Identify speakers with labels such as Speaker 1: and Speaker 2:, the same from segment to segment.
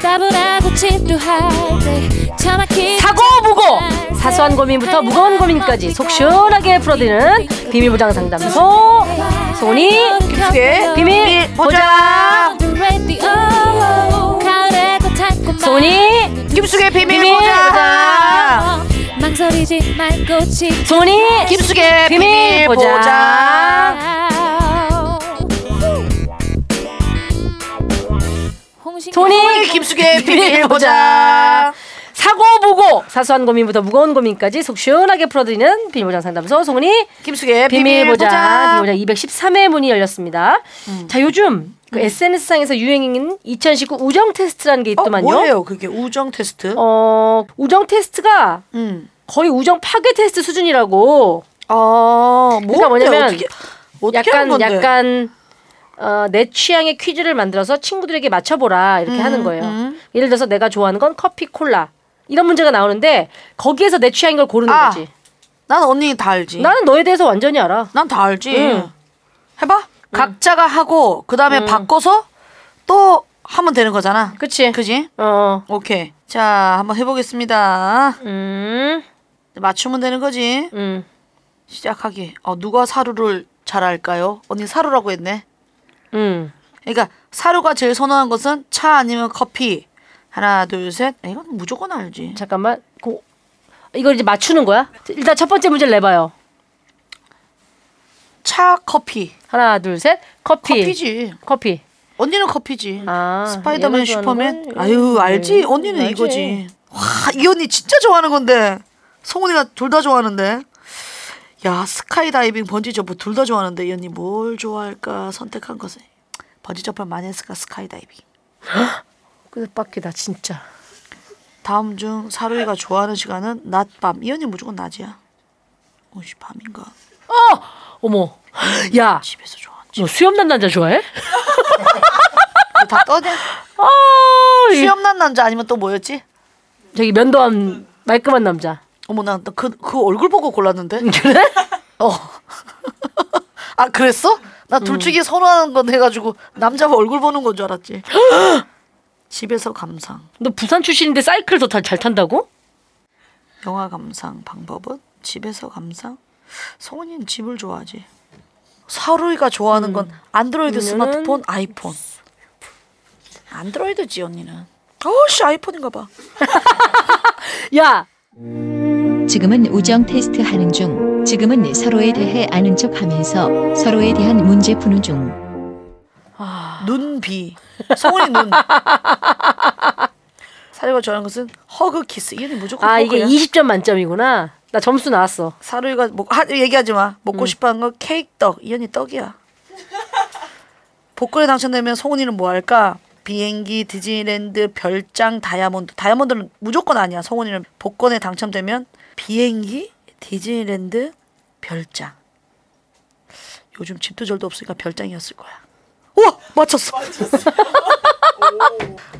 Speaker 1: 잡으라고 집도할 때 차박히
Speaker 2: 사고 무고 사소한 고민부터 무거운 고민까지 속 시원하게 풀어드리는 비밀보장 상담소
Speaker 1: 네.
Speaker 2: 소니
Speaker 1: 깊숙이
Speaker 2: 비밀 보장 소니
Speaker 3: 깊숙의 비밀
Speaker 2: 비밀
Speaker 3: 보장.
Speaker 1: 망설이지 말고 집
Speaker 2: 소니
Speaker 3: 깊숙의 비밀
Speaker 2: 비밀 보장.
Speaker 3: 보장.
Speaker 1: 홍신
Speaker 2: 소니
Speaker 3: 깊숙의 비밀 보장.
Speaker 2: 사고 무고 사소한 고민부터 무거운 고민까지 속 시원하게 풀어드리는 비밀보장 상담소 소니
Speaker 3: 깊숙의 비밀
Speaker 2: 비밀보장
Speaker 3: 보장. 음.
Speaker 2: 비밀보장 213회 문이 열렸습니다. 자 요즘 그 SNS상에서 유행인 2019 우정 테스트라는 게
Speaker 3: 어,
Speaker 2: 있더만요.
Speaker 3: 뭐예요? 그게 우정 테스트?
Speaker 2: 어, 우정 테스트가
Speaker 3: 음.
Speaker 2: 거의 우정 파괴 테스트 수준이라고.
Speaker 3: 아,
Speaker 2: 그러니까 뭐냐면
Speaker 3: 어떻게, 어떻게 하는
Speaker 2: 약간
Speaker 3: 건데?
Speaker 2: 약간 어, 내 취향의 퀴즈를 만들어서 친구들에게 맞춰보라 이렇게 하는 거예요.
Speaker 3: 음.
Speaker 2: 예를 들어서 내가 좋아하는 건 커피, 콜라 이런 문제가 나오는데 거기에서 내 취향인 걸 고르는
Speaker 3: 아,
Speaker 2: 거지.
Speaker 3: 난 언니 다 알지.
Speaker 2: 나는 너에 대해서 완전히 알아.
Speaker 3: 난 다 알지.
Speaker 2: 응.
Speaker 3: 해봐. 각자가 하고 그 다음에 바꿔서 또 하면 되는 거잖아.
Speaker 2: 그치?
Speaker 3: 그지?
Speaker 2: 어.
Speaker 3: 오케이. 자, 한번 해보겠습니다.
Speaker 2: 음.
Speaker 3: 맞추면 되는 거지.
Speaker 2: 음.
Speaker 3: 시작하기. 어, 누가 사루를 잘 알까요? 언니 사루라고 했네.
Speaker 2: 음.
Speaker 3: 그러니까 사루가 제일 선호하는 것은 차 아니면 커피. 하나, 둘, 셋. 아, 이건 무조건 알지.
Speaker 2: 잠깐만. 고. 이걸 이제 맞추는 거야? 일단 첫 번째 문제를 내봐요.
Speaker 3: 차, 커피.
Speaker 2: 하나, 둘, 셋. 커피.
Speaker 3: 커피지.
Speaker 2: 커피.
Speaker 3: 언니는 커피지.
Speaker 2: 아,
Speaker 3: 스파이더맨,
Speaker 2: 얘가 좋아하는
Speaker 3: 슈퍼맨.
Speaker 2: 건
Speaker 3: 아유,
Speaker 2: 이거지.
Speaker 3: 알지. 언니는
Speaker 2: 알지.
Speaker 3: 이거지. 와, 이 언니 진짜 좋아하는 건데. 성훈이가 둘 다 좋아하는데. 야, 스카이다이빙, 번지점프 둘 다 좋아하는데 이 언니 뭘 좋아할까 선택한 것은 번지점프 많이 했을까 스카이다이빙.
Speaker 2: 끝바퀴다 진짜.
Speaker 3: 다음 중 사루이가 좋아하는 시간은 낮밤. 이 언니 무조건 낮이야. 오씨 밤인가?
Speaker 2: 어머. 야,
Speaker 3: 집에서 좋아하지.
Speaker 2: 너 수염난 남자 좋아해?
Speaker 3: 다 떠내.
Speaker 2: 아,
Speaker 3: 예.
Speaker 2: 이-
Speaker 3: 수염난 남자 아니면 또 뭐였지?
Speaker 2: 저기 면도한 말끔한 남자.
Speaker 3: 어머 난그그 그 얼굴 보고 골랐는데.
Speaker 2: 그래?
Speaker 3: 어. 아 그랬어? 나 둘 중에 선호하는 건 해가지고 남자 얼굴 보는 건 줄 알았지. 집에서 감상,
Speaker 2: 너 부산 출신인데 사이클 더잘 잘 탄다고?
Speaker 3: 영화 감상 방법은 집에서 감상. 성훈이는 집을 좋아하지. 사루이가 좋아하는 건 안드로이드 음. 스마트폰, 아이폰. 안드로이드지 언니는. 어씨 아이폰인가 봐.
Speaker 2: 야,
Speaker 4: 지금은 우정 테스트 하는 중. 지금은 서로에 대해 아는 척 하면서 서로에 대한 문제 푸는 중.
Speaker 3: 눈비. 성훈이 눈. 사루이가 좋아하는 것은 허그 키스. 이 언니 무조건
Speaker 2: 아
Speaker 3: 허그야.
Speaker 2: 이게 20점 만점이구나. 나 점수 나왔어.
Speaker 3: 사루이가 먹 하, 얘기하지 마. 먹고
Speaker 2: 음.
Speaker 3: 싶어하는 건 케이크 떡. 이 언니 떡이야. 복권에 당첨되면 성훈이는 뭐 할까? 비행기, 디즈니랜드, 별장, 다이아몬드. 다이아몬드는 무조건 아니야. 성훈이는 복권에 당첨되면 비행기, 디즈니랜드, 별장. 요즘 집도 절도 없으니까 별장이었을 거야. 우와 맞췄어.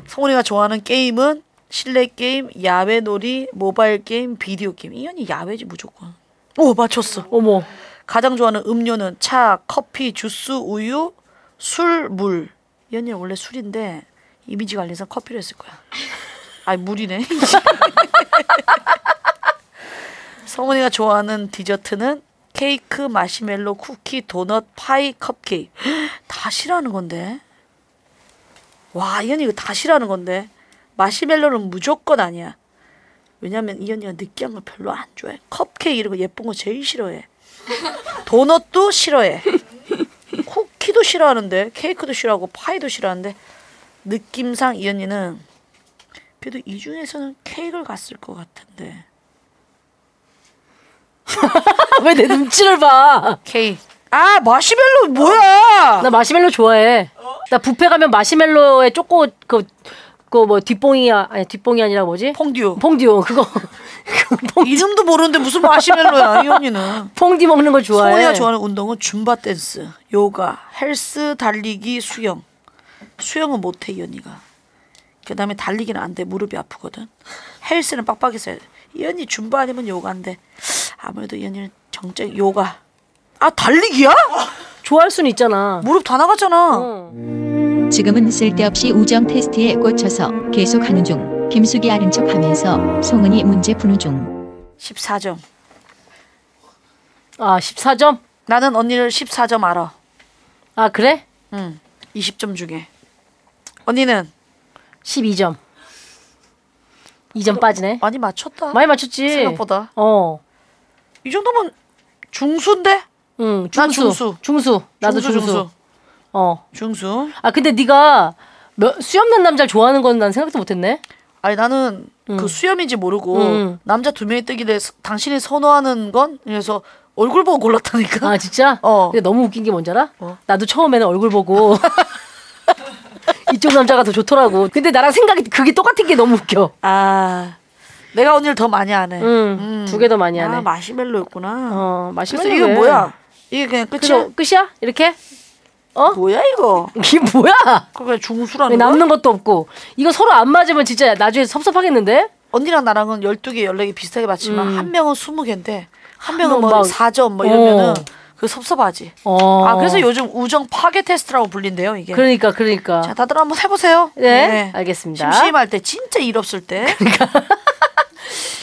Speaker 3: 성훈이가 좋아하는 게임은 실내 게임, 야외 놀이, 모바일 게임, 비디오 게임. 이 언니 야외지 무조건. 오 맞췄어.
Speaker 2: 어머.
Speaker 3: 가장 좋아하는 음료는 차, 커피, 주스, 우유, 술, 물. 이 언니는 원래 술인데 이미지 관리상 커피로 했을 거야. 아니 물이네. 성훈이가 좋아하는 디저트는 케이크, 마시멜로, 쿠키, 도넛, 파이, 컵케이크. 다 싫어하는 건데. 와, 이 언니 이거 다 싫어하는 건데. 마시멜로는 무조건 아니야. 왜냐면 이 언니가 느끼한 걸 별로 안 좋아해. 컵케이크 이런 거 예쁜 거 제일 싫어해. 도넛도 싫어해. 쿠키도 싫어하는데 케이크도 싫어하고 파이도 싫어하는데 느낌상 이 언니는 그래도 이 중에서는 케이크를 갔을 것 같은데
Speaker 2: 왜 내 눈치를 봐?
Speaker 3: 케이크 아 마시멜로 뭐야
Speaker 2: 나 마시멜로 좋아해. 나 뷔페 가면 마시멜로에 쪼꼬 그그뭐 뒷봉이야 아니 뒷봉이 아니라 뭐지?
Speaker 3: 퐁듀
Speaker 2: 퐁듀 그거
Speaker 3: 이름도 모르는데 무슨 마시멜로야 이 언니는
Speaker 2: 퐁듀 먹는 거 좋아해.
Speaker 3: 소희가 좋아하는 운동은 줌바 댄스 요가 헬스 달리기 수영 수영은 못해 이 언니가 그다음에 달리기는 안 돼 무릎이 아프거든 헬스는 빡빡해서 해야 돼. 이 언니 줌바 아니면 요가인데 아무래도 이 언니는 정적 요가 아 달리기야
Speaker 2: 좋아할 수는 있잖아.
Speaker 3: 무릎 다 나갔잖아
Speaker 2: 어.
Speaker 4: 지금은 쓸데없이 우정 테스트에 꽂혀서 계속 하는 중. 김숙이 아는 척 하면서 송은이 문제 푸는 중.
Speaker 3: 14점.
Speaker 2: 아 14점?
Speaker 3: 나는 언니를 14점 알아.
Speaker 2: 아 그래?
Speaker 3: 응. 20점 중에. 언니는
Speaker 2: 12점. 2점 빠지네.
Speaker 3: 많이 맞췄다.
Speaker 2: 많이 맞췄지.
Speaker 3: 생각보다.
Speaker 2: 어.
Speaker 3: 이 정도면 중수인데?
Speaker 2: 응.
Speaker 3: 난
Speaker 2: 중수.
Speaker 3: 중수.
Speaker 2: 중수. 나도 중수.
Speaker 3: 중수.
Speaker 2: 어.
Speaker 3: 중수.
Speaker 2: 아 근데 네가 몇- 수염난 남자를 좋아하는 건 난 생각도 못했네.
Speaker 3: 아니 나는 그 수염인지 모르고
Speaker 2: 음.
Speaker 3: 남자 두 명이 뜨길래 서- 당신이 선호하는 건 그래서 얼굴 보고 골랐다니까.
Speaker 2: 아 진짜?
Speaker 3: 어.
Speaker 2: 근데 너무 웃긴 게 뭔지 알아?
Speaker 3: 뭐?
Speaker 2: 나도 처음에는 얼굴 보고 이쪽 남자가 더 좋더라고. 근데 나랑 생각이 그게 똑같은 게 너무 웃겨.
Speaker 3: 아, 내가 언니를 더 많이 하네.
Speaker 2: 응, 두개더 많이 하네.
Speaker 3: 아, 마시멜로였구나.
Speaker 2: 어,
Speaker 3: 그래서
Speaker 2: 마시멜로.
Speaker 3: 이게 뭐야? 이게 그냥 끝이야?
Speaker 2: 그래, 끝이야? 이렇게?
Speaker 3: 뭐야 이거?
Speaker 2: 이게 뭐야?
Speaker 3: 그게
Speaker 2: 왜
Speaker 3: 중수라는 거야?
Speaker 2: 남는 것도 없고. 이거 서로 안 맞으면 진짜 나중에 섭섭하겠는데?
Speaker 3: 언니랑 나랑은 12개, 14개 비슷하게 맞지만 한 명은 20개인데 한 명은 뭐
Speaker 2: 막-
Speaker 3: 4점 뭐
Speaker 2: 음. 어.
Speaker 3: 이러면은 그 섭섭하지.
Speaker 2: 어.
Speaker 3: 아, 그래서 요즘 우정 파괴 테스트라고 불린대요, 이게.
Speaker 2: 그러니까, 그러니까.
Speaker 3: 자, 다들 한번 해 보세요.
Speaker 2: 네, 알겠습니다.
Speaker 3: 심심할 때 진짜 일 없을 때.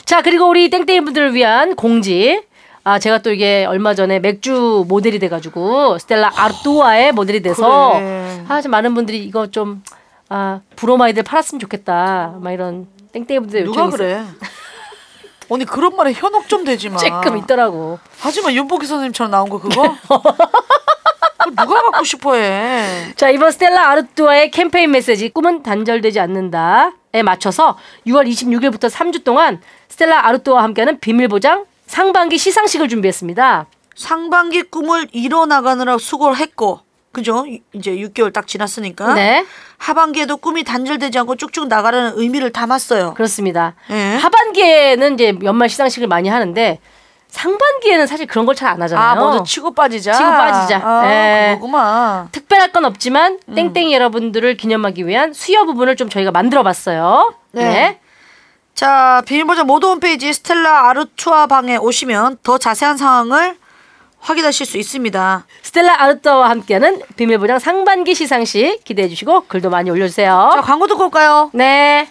Speaker 2: 자, 그리고 우리 땡땡이 분들을 위한 공지. 아, 제가 또 이게 얼마 전에 맥주 모델이 돼가지고, 스텔라 아르토아의 모델이 돼서,
Speaker 3: 그래.
Speaker 2: 아, 좀 많은 분들이 이거 좀, 아, 브로마이드를 팔았으면 좋겠다. 막 이런 땡땡이 분들
Speaker 3: 누가 그래? 언니 그런 말에 현혹 좀 되지 마.
Speaker 2: 조금 있더라고.
Speaker 3: 하지만 윤복희 선생님처럼 나온 거 그거? 그거 누가 갖고 싶어 해?
Speaker 2: 자, 이번 스텔라 아르토아의 캠페인 메시지, 꿈은 단절되지 않는다에 맞춰서 6월 26일부터 3주 동안 스텔라 아르토아와 함께하는 비밀보장 상반기 시상식을 준비했습니다.
Speaker 3: 상반기 꿈을 이뤄나가느라 수고를 했고 그죠? 이제 6개월 딱 지났으니까
Speaker 2: 네.
Speaker 3: 하반기에도 꿈이 단절되지 않고 쭉쭉 나가라는 의미를 담았어요.
Speaker 2: 그렇습니다.
Speaker 3: 예.
Speaker 2: 하반기에는 이제 연말 시상식을 많이 하는데 상반기에는 사실 그런 걸 잘 안 하잖아요.
Speaker 3: 아 먼저 치고 빠지자.
Speaker 2: 치고 빠지자.
Speaker 3: 아,
Speaker 2: 예.
Speaker 3: 그거구만.
Speaker 2: 특별할 건 없지만
Speaker 3: 음.
Speaker 2: 땡땡이 여러분들을 기념하기 위한 수여 부분을 좀 저희가 만들어봤어요.
Speaker 3: 네.
Speaker 2: 네.
Speaker 3: 자 비밀보장 모두 홈페이지 스텔라 아르투아 방에 오시면 더 자세한 상황을 확인하실 수 있습니다.
Speaker 2: 스텔라 아르터와 함께하는 비밀보장 상반기 시상식 기대해 주시고 글도 많이 올려주세요.
Speaker 3: 자 광고 듣고 올까요?
Speaker 2: 네.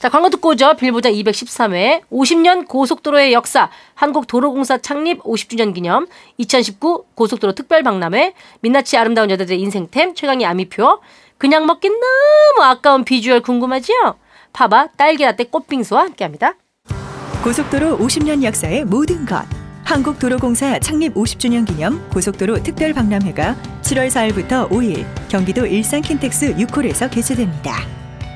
Speaker 2: 자, 광고 듣고 오죠. 빌보장 213회 50년 고속도로의 역사 한국도로공사 창립 50주년 기념 2019 고속도로 특별박람회 민낯이 아름다운 여자들의 인생템 최강의 아미표 그냥 먹긴 너무 아까운 비주얼 궁금하지요? 파바 딸기라떼 꽃빙수와 함께합니다.
Speaker 5: 고속도로 50년 역사의 모든 것. 한국도로공사 창립 50주년 기념 고속도로 특별박람회가 7월 4일부터 5일 경기도 일산킨텍스 6홀에서 개최됩니다.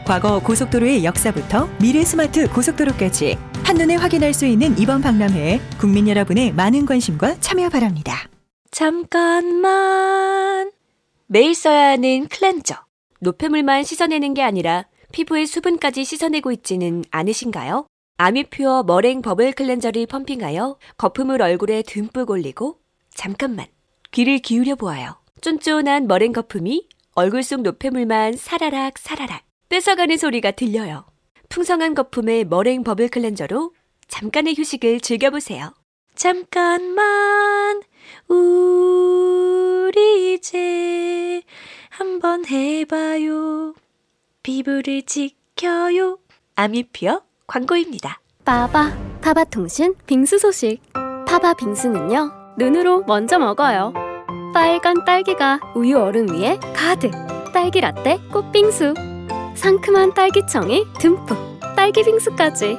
Speaker 5: 과거 고속도로의 역사부터 미래 스마트 고속도로까지 한눈에 확인할 수 있는 이번 박람회에 국민 여러분의 많은 관심과 참여 바랍니다.
Speaker 6: 잠깐만. 매일 써야 하는 클렌저. 노폐물만 씻어내는 게 아니라 피부의 수분까지 씻어내고 있지는 않으신가요? 아미퓨어 머랭 버블 클렌저를 펌핑하여 거품을 얼굴에 듬뿍 올리고 잠깐만 귀를 기울여 보아요. 쫀쫀한 머랭 거품이 얼굴 속 노폐물만 사라락 사라락 뺏어가는 소리가 들려요. 풍성한 거품의 머랭 버블 클렌저로 잠깐의 휴식을 즐겨보세요. 잠깐만 우리 이제 한번 해봐요. 피부를 지켜요. 아미피어 광고입니다.
Speaker 7: 빠바 파바 통신 빙수 소식 파바 빙수는요 눈으로 먼저 먹어요 빨간 딸기가 우유 얼음 위에 가득 딸기 라떼 꽃빙수 상큼한 딸기청이 듬뿍 딸기 빙수까지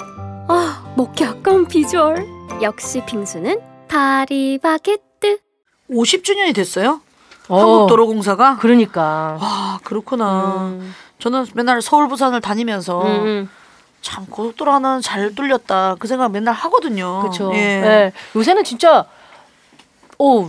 Speaker 7: 아 먹기 아까운 비주얼 역시 빙수는 파리 바게뜨
Speaker 3: 50주년이 됐어요?
Speaker 2: 어,
Speaker 3: 한국도로공사가?
Speaker 2: 그러니까.
Speaker 3: 와 그렇구나. 저는 맨날 서울 부산을 다니면서
Speaker 2: 음, 음.
Speaker 3: 참 고속도로 하나는 잘 뚫렸다 그 생각 맨날 하거든요.
Speaker 2: 그렇죠.
Speaker 3: 예.
Speaker 2: 예. 요새는 진짜 오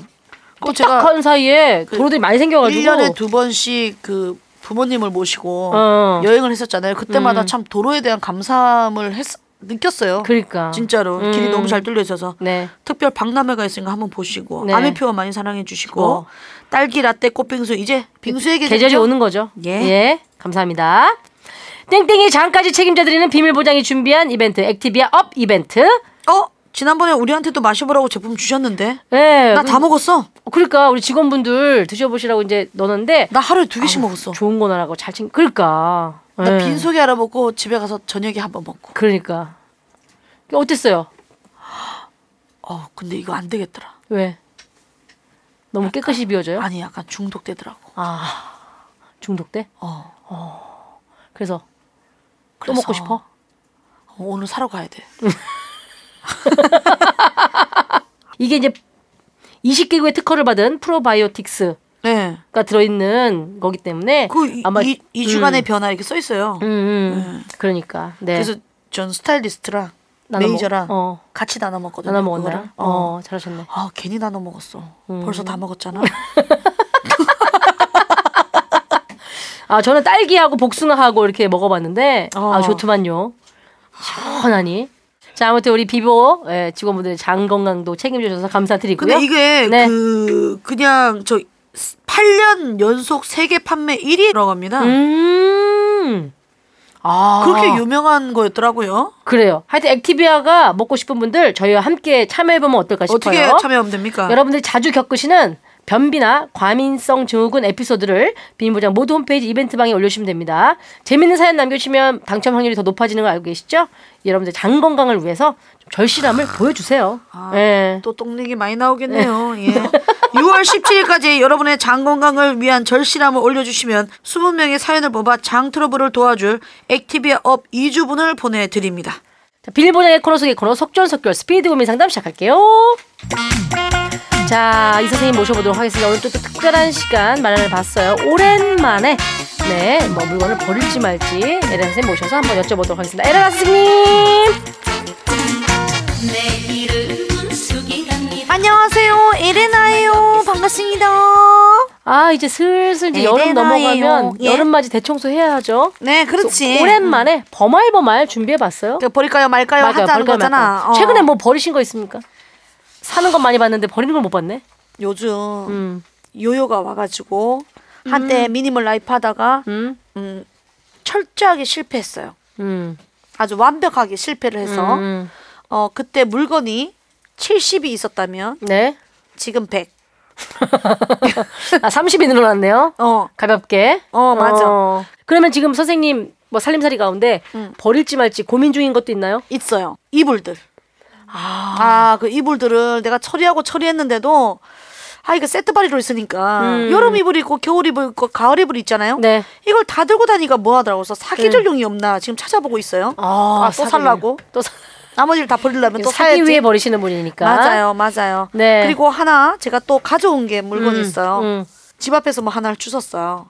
Speaker 3: 그거 제가
Speaker 2: 딱한 사이에 도로들이 많이 생겨가지고
Speaker 3: 1년에 두 번씩 그 부모님을 모시고
Speaker 2: 어. 음.
Speaker 3: 여행을 했었잖아요. 그때마다 참 도로에 대한 감사함을 했, 느꼈어요.
Speaker 2: 그러니까
Speaker 3: 진짜로
Speaker 2: 음.
Speaker 3: 길이 너무 잘 뚫려 있어서
Speaker 2: 네.
Speaker 3: 특별 박람회가 있으니까 한번 보시고
Speaker 2: 네.
Speaker 3: 아미표 많이 사랑해 주시고
Speaker 2: 어. 그
Speaker 3: 딸기 라떼 꽃빙수 이제 빙수의 계절
Speaker 2: 계절이 오는 거죠.
Speaker 3: 예.
Speaker 2: 감사합니다. 땡땡이 장까지 책임져 드리는 비밀 보장이 준비한 이벤트 액티비아 업 이벤트.
Speaker 3: 어 지난번에 우리한테도 마셔보라고 제품 주셨는데
Speaker 2: 예.
Speaker 3: 나 다 먹었어.
Speaker 2: 그러니까 우리 직원분들 드셔보시라고 이제 넣었는데
Speaker 3: 나 하루에 두 개씩 먹었어.
Speaker 2: 아, 좋은 거나라고 잘 챙. 그러니까.
Speaker 3: 뭐? 나
Speaker 2: 예.
Speaker 3: 빈속에 알아먹고 집에 가서 저녁에 한 번 먹고.
Speaker 2: 그러니까. 어땠어요?
Speaker 3: 어 근데 이거 안 되겠더라.
Speaker 2: 왜? 너무 깨끗이 비워져요?
Speaker 3: 아니 약간 중독되더라고.
Speaker 2: 아 중독돼?
Speaker 3: 어
Speaker 2: 그래서 또
Speaker 3: 그래서
Speaker 2: 먹고 싶어?
Speaker 3: 어, 오늘 사러 가야 돼.
Speaker 2: 이게 이제 20개국의 특허를 받은 프로바이오틱스가
Speaker 3: 네.
Speaker 2: 들어있는 거기 때문에
Speaker 3: 그 이,
Speaker 2: 아마
Speaker 3: 이, 이 주간의
Speaker 2: 음.
Speaker 3: 변화 이렇게 써 있어요.
Speaker 2: 음, 음.
Speaker 3: 음.
Speaker 2: 그러니까 네
Speaker 3: 그래서 전 스타일리스트랑
Speaker 2: 나눠 먹-
Speaker 3: 매니저랑
Speaker 2: 어,
Speaker 3: 같이 나눠 먹거든요.
Speaker 2: 나눠 먹었나요?
Speaker 3: 그거를. 어.
Speaker 2: 어. 잘하셨네
Speaker 3: 아 괜히 나눠 먹었어.
Speaker 2: 음.
Speaker 3: 벌써 다 먹었잖아.
Speaker 2: 아 저는 딸기하고 복숭아하고 이렇게 먹어봤는데
Speaker 3: 어.
Speaker 2: 아 좋더만요 시원하니 자 아무튼 우리 비보 예, 직원분들의 장 건강도 책임져주셔서 감사드리고요
Speaker 3: 근데 이게
Speaker 2: 네.
Speaker 3: 그 그냥 저 8년 연속 세계 판매 1위라고 합니다.
Speaker 2: 음 아.
Speaker 3: 그렇게 유명한 거였더라고요.
Speaker 2: 그래요. 하여튼 액티비아가 먹고 싶은 분들 저희와 함께 참여해보면 어떨까 싶어요.
Speaker 3: 어떻게 참여하면 됩니까?
Speaker 2: 여러분들이 자주 겪으시는 변비나 과민성 증후군 에피소드를 비밀보장 모두 홈페이지 이벤트방에 올려주시면 됩니다. 재밌는 사연 남겨주시면 당첨 확률이 더 높아지는 거 알고 계시죠? 여러분들 장 건강을 위해서 좀 절실함을 보여주세요.
Speaker 3: 아,
Speaker 2: 예.
Speaker 3: 또 똥내기 많이 나오겠네요. 예. 6월 17일까지 여러분의 장 건강을 위한 절실함을 올려주시면 20명의 사연을 뽑아 장 트러블을 도와줄 액티비아 업 2주분을 보내드립니다.
Speaker 2: 자, 비밀보장의 코너 속의 코너 속전속결 스피드 고민 상담 시작할게요. 자, 이 선생님 모셔보도록 하겠습니다. 오늘 또, 또 특별한 시간 마련을 봤어요. 오랜만에 네, 뭐 물건을 버릴지 말지 에라 선생님 모셔서 한번 여쭤보도록 하겠습니다. 에라 선생님!
Speaker 3: 안녕하세요. 에레나예요. 반갑습니다.
Speaker 2: 아, 이제 슬슬 이제 여름
Speaker 3: 에레나예요.
Speaker 2: 넘어가면
Speaker 3: 예?
Speaker 2: 여름맞이 대청소 해야죠.
Speaker 3: 네, 그렇지.
Speaker 2: 오랜만에 버말버말 준비해봤어요.
Speaker 3: 이거 버릴까요 말까요 네, 하자는
Speaker 2: 버릴까요
Speaker 3: 거잖아.
Speaker 2: 말까요?
Speaker 3: 어.
Speaker 2: 최근에 뭐 버리신 거 있습니까? 사는 건 많이 봤는데 버리는 걸 못 봤네.
Speaker 3: 요즘
Speaker 2: 음,
Speaker 3: 요요가 와가지고 한때 미니멀 라이프 하다가
Speaker 2: 음,
Speaker 3: 음, 철저하게 실패했어요.
Speaker 2: 음.
Speaker 3: 아주 완벽하게 실패를 해서
Speaker 2: 음.
Speaker 3: 어 그때 물건이 70이 있었다면
Speaker 2: 네.
Speaker 3: 지금 100.
Speaker 2: 아, 30이 늘어났네요.
Speaker 3: 어.
Speaker 2: 가볍게.
Speaker 3: 어, 맞아.
Speaker 2: 어. 그러면 지금 선생님 뭐 살림살이 가운데
Speaker 3: 음.
Speaker 2: 버릴지 말지 고민 중인 것도 있나요?
Speaker 3: 있어요. 이불들. 아, 그 이불들을 내가 처리하고 처리했는데도 아, 이거 세트바리로 있으니까
Speaker 2: 음.
Speaker 3: 여름 이불 있고 겨울 이불 있고 가을 이불 있잖아요.
Speaker 2: 네.
Speaker 3: 이걸 다 들고 다니니까 뭐 하더라고. 그래서 사계절용이 없나 지금 찾아보고 있어요.
Speaker 2: 아,
Speaker 3: 또 살라고?
Speaker 2: 또 사,
Speaker 3: 나머지를 다 버리려면 또
Speaker 2: 사기
Speaker 3: 사야지.
Speaker 2: 위해 버리시는 분이니까.
Speaker 3: 맞아요, 맞아요.
Speaker 2: 네.
Speaker 3: 그리고 하나 제가 또 가져온 게 물건이
Speaker 2: 음,
Speaker 3: 있어요.
Speaker 2: 음.
Speaker 3: 집 앞에서 뭐 하나를 주웠어요.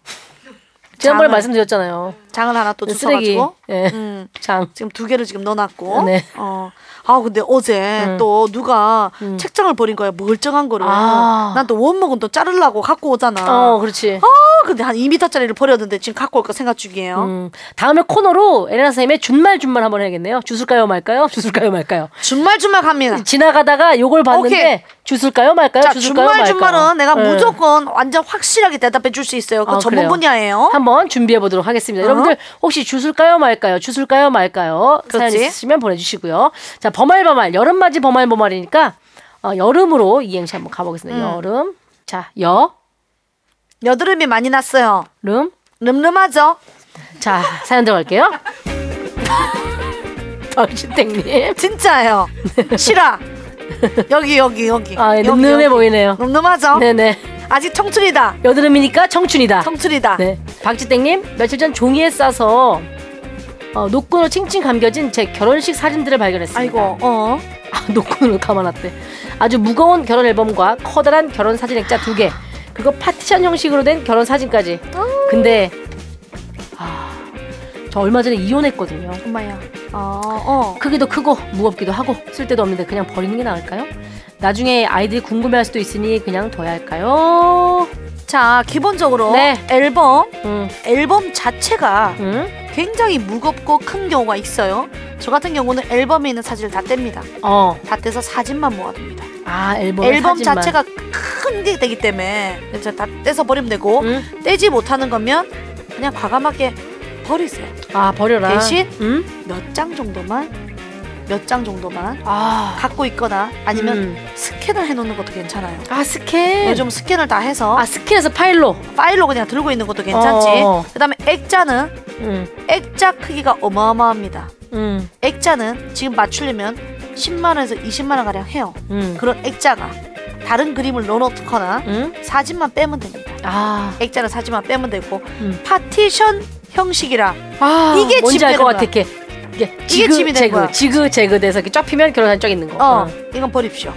Speaker 2: 지난번에
Speaker 3: 장을-
Speaker 2: 말씀드렸잖아요.
Speaker 3: 장을 하나 또
Speaker 2: 쓰레기.
Speaker 3: 주워가지고.
Speaker 2: 예.
Speaker 3: 음.
Speaker 2: 장.
Speaker 3: 지금 두 개를 지금 넣어놨고.
Speaker 2: 네.
Speaker 3: 어. 아 근데 어제
Speaker 2: 음.
Speaker 3: 또 누가
Speaker 2: 음.
Speaker 3: 책장을 버린 거야 멀쩡한 거를.
Speaker 2: 아.
Speaker 3: 난 또 원목은 또 자르려고 갖고 오잖아.
Speaker 2: 어, 그렇지.
Speaker 3: 아, 근데 한 2m짜리를 버렸는데 지금 갖고 올까 생각 중이에요.
Speaker 2: 음. 다음에 코너로 에레나 선생님의 준말 준말 한번 해야겠네요. 주술까요 말까요? 주술까요 말까요?
Speaker 3: 준말준말 갑니다.
Speaker 2: 지나가다가 요걸 봤는데
Speaker 3: 오케이.
Speaker 2: 주술까요 말까요?
Speaker 3: 자
Speaker 2: 주술까요
Speaker 3: 준말 준말은
Speaker 2: 말까요?
Speaker 3: 내가
Speaker 2: 예.
Speaker 3: 무조건 완전 확실하게 대답해 줄 수 있어요. 그
Speaker 2: 아,
Speaker 3: 전문
Speaker 2: 그래요?
Speaker 3: 분야예요.
Speaker 2: 한번 준비해 보도록 하겠습니다.
Speaker 3: 어?
Speaker 2: 여러분들 혹시 주술까요 말까요? 주술까요 말까요? 사연
Speaker 3: 그렇지.
Speaker 2: 있으시면 보내주시고요. 자 범알범알 여름맞이 범알범알이니까 어, 여름으로 이행시 한번 가보겠습니다.
Speaker 3: 음.
Speaker 2: 여름 자
Speaker 3: 여드름이 많이 났어요.
Speaker 2: 여름
Speaker 3: 늠름하죠?
Speaker 2: 자 사연 들어갈게요. 아, 당신땡님
Speaker 3: 진짜예요. 실화. 여기 여기 여기.
Speaker 2: 네. 아 예,
Speaker 3: 여기,
Speaker 2: 늠름해
Speaker 3: 여기.
Speaker 2: 보이네요.
Speaker 3: 늠름하죠?
Speaker 2: 네네
Speaker 3: 아직 청춘이다.
Speaker 2: 여드름이니까 청춘이다.
Speaker 3: 어? 청춘이다.
Speaker 2: 네 박지땡님 며칠 전 종이에 싸서 어, 노끈으로 칭칭 감겨진 제 결혼식 사진들을 발견했습니다.
Speaker 3: 아이고 어.
Speaker 2: 아, 노끈으로 감아놨대. 아주 무거운 결혼 앨범과 커다란 결혼 사진 액자 두 개, 그리고 파티션 형식으로 된 결혼 사진까지.
Speaker 3: 음.
Speaker 2: 근데 아, 저 얼마 전에 이혼했거든요.
Speaker 3: 엄마야. 어, 어.
Speaker 2: 크기도 크고 무겁기도 하고 쓸데도 없는데 그냥 버리는 게 나을까요? 나중에 아이들이 궁금해할 수도 있으니 그냥 둬야 할까요?
Speaker 3: 자, 기본적으로
Speaker 2: 네.
Speaker 3: 앨범
Speaker 2: 응,
Speaker 3: 앨범 자체가
Speaker 2: 응,
Speaker 3: 굉장히 무겁고 큰 경우가 있어요. 저 같은 경우는 앨범에 있는 사진을 다 뗍니다.
Speaker 2: 어,
Speaker 3: 다 떼서 사진만 모아둡니다.
Speaker 2: 아 앨범
Speaker 3: 앨범
Speaker 2: 사진만.
Speaker 3: 자체가 큰 게 되기 때문에 그래서 다 떼서 버리면 되고
Speaker 2: 응?
Speaker 3: 떼지 못하는 거면 그냥 과감하게 버리세요.
Speaker 2: 아 버려라.
Speaker 3: 대신
Speaker 2: 응?
Speaker 3: 몇 장 정도만 몇 장 정도만
Speaker 2: 아.
Speaker 3: 갖고 있거나 아니면
Speaker 2: 음.
Speaker 3: 스캔을 해놓는 것도 괜찮아요.
Speaker 2: 아 스캔.
Speaker 3: 요즘 네, 스캔을 다 해서
Speaker 2: 아 스캔에서 파일로.
Speaker 3: 파일로 그냥 들고 있는 것도 괜찮지.
Speaker 2: 어.
Speaker 3: 그다음에 액자는
Speaker 2: 음.
Speaker 3: 액자 크기가 어마어마합니다.
Speaker 2: 음.
Speaker 3: 액자는 지금 맞추려면 10만 원에서 20만 원 가량 해요.
Speaker 2: 음.
Speaker 3: 그런 액자가 다른 그림을 넣어놓거나
Speaker 2: 음.
Speaker 3: 사진만 빼면 됩니다.
Speaker 2: 아.
Speaker 3: 액자는 사진만 빼면 되고
Speaker 2: 음.
Speaker 3: 파티션 형식이라
Speaker 2: 아.
Speaker 3: 이게
Speaker 2: 뭔지
Speaker 3: 집되는
Speaker 2: 알것 같아.
Speaker 3: 거야.
Speaker 2: 이렇게. 이게 지그
Speaker 3: 집이 된
Speaker 2: 제그
Speaker 3: 거야.
Speaker 2: 지그 제그돼서 이렇게 쫙 피면 결혼한 쫙 있는 거.
Speaker 3: 어, 이건 버립시오.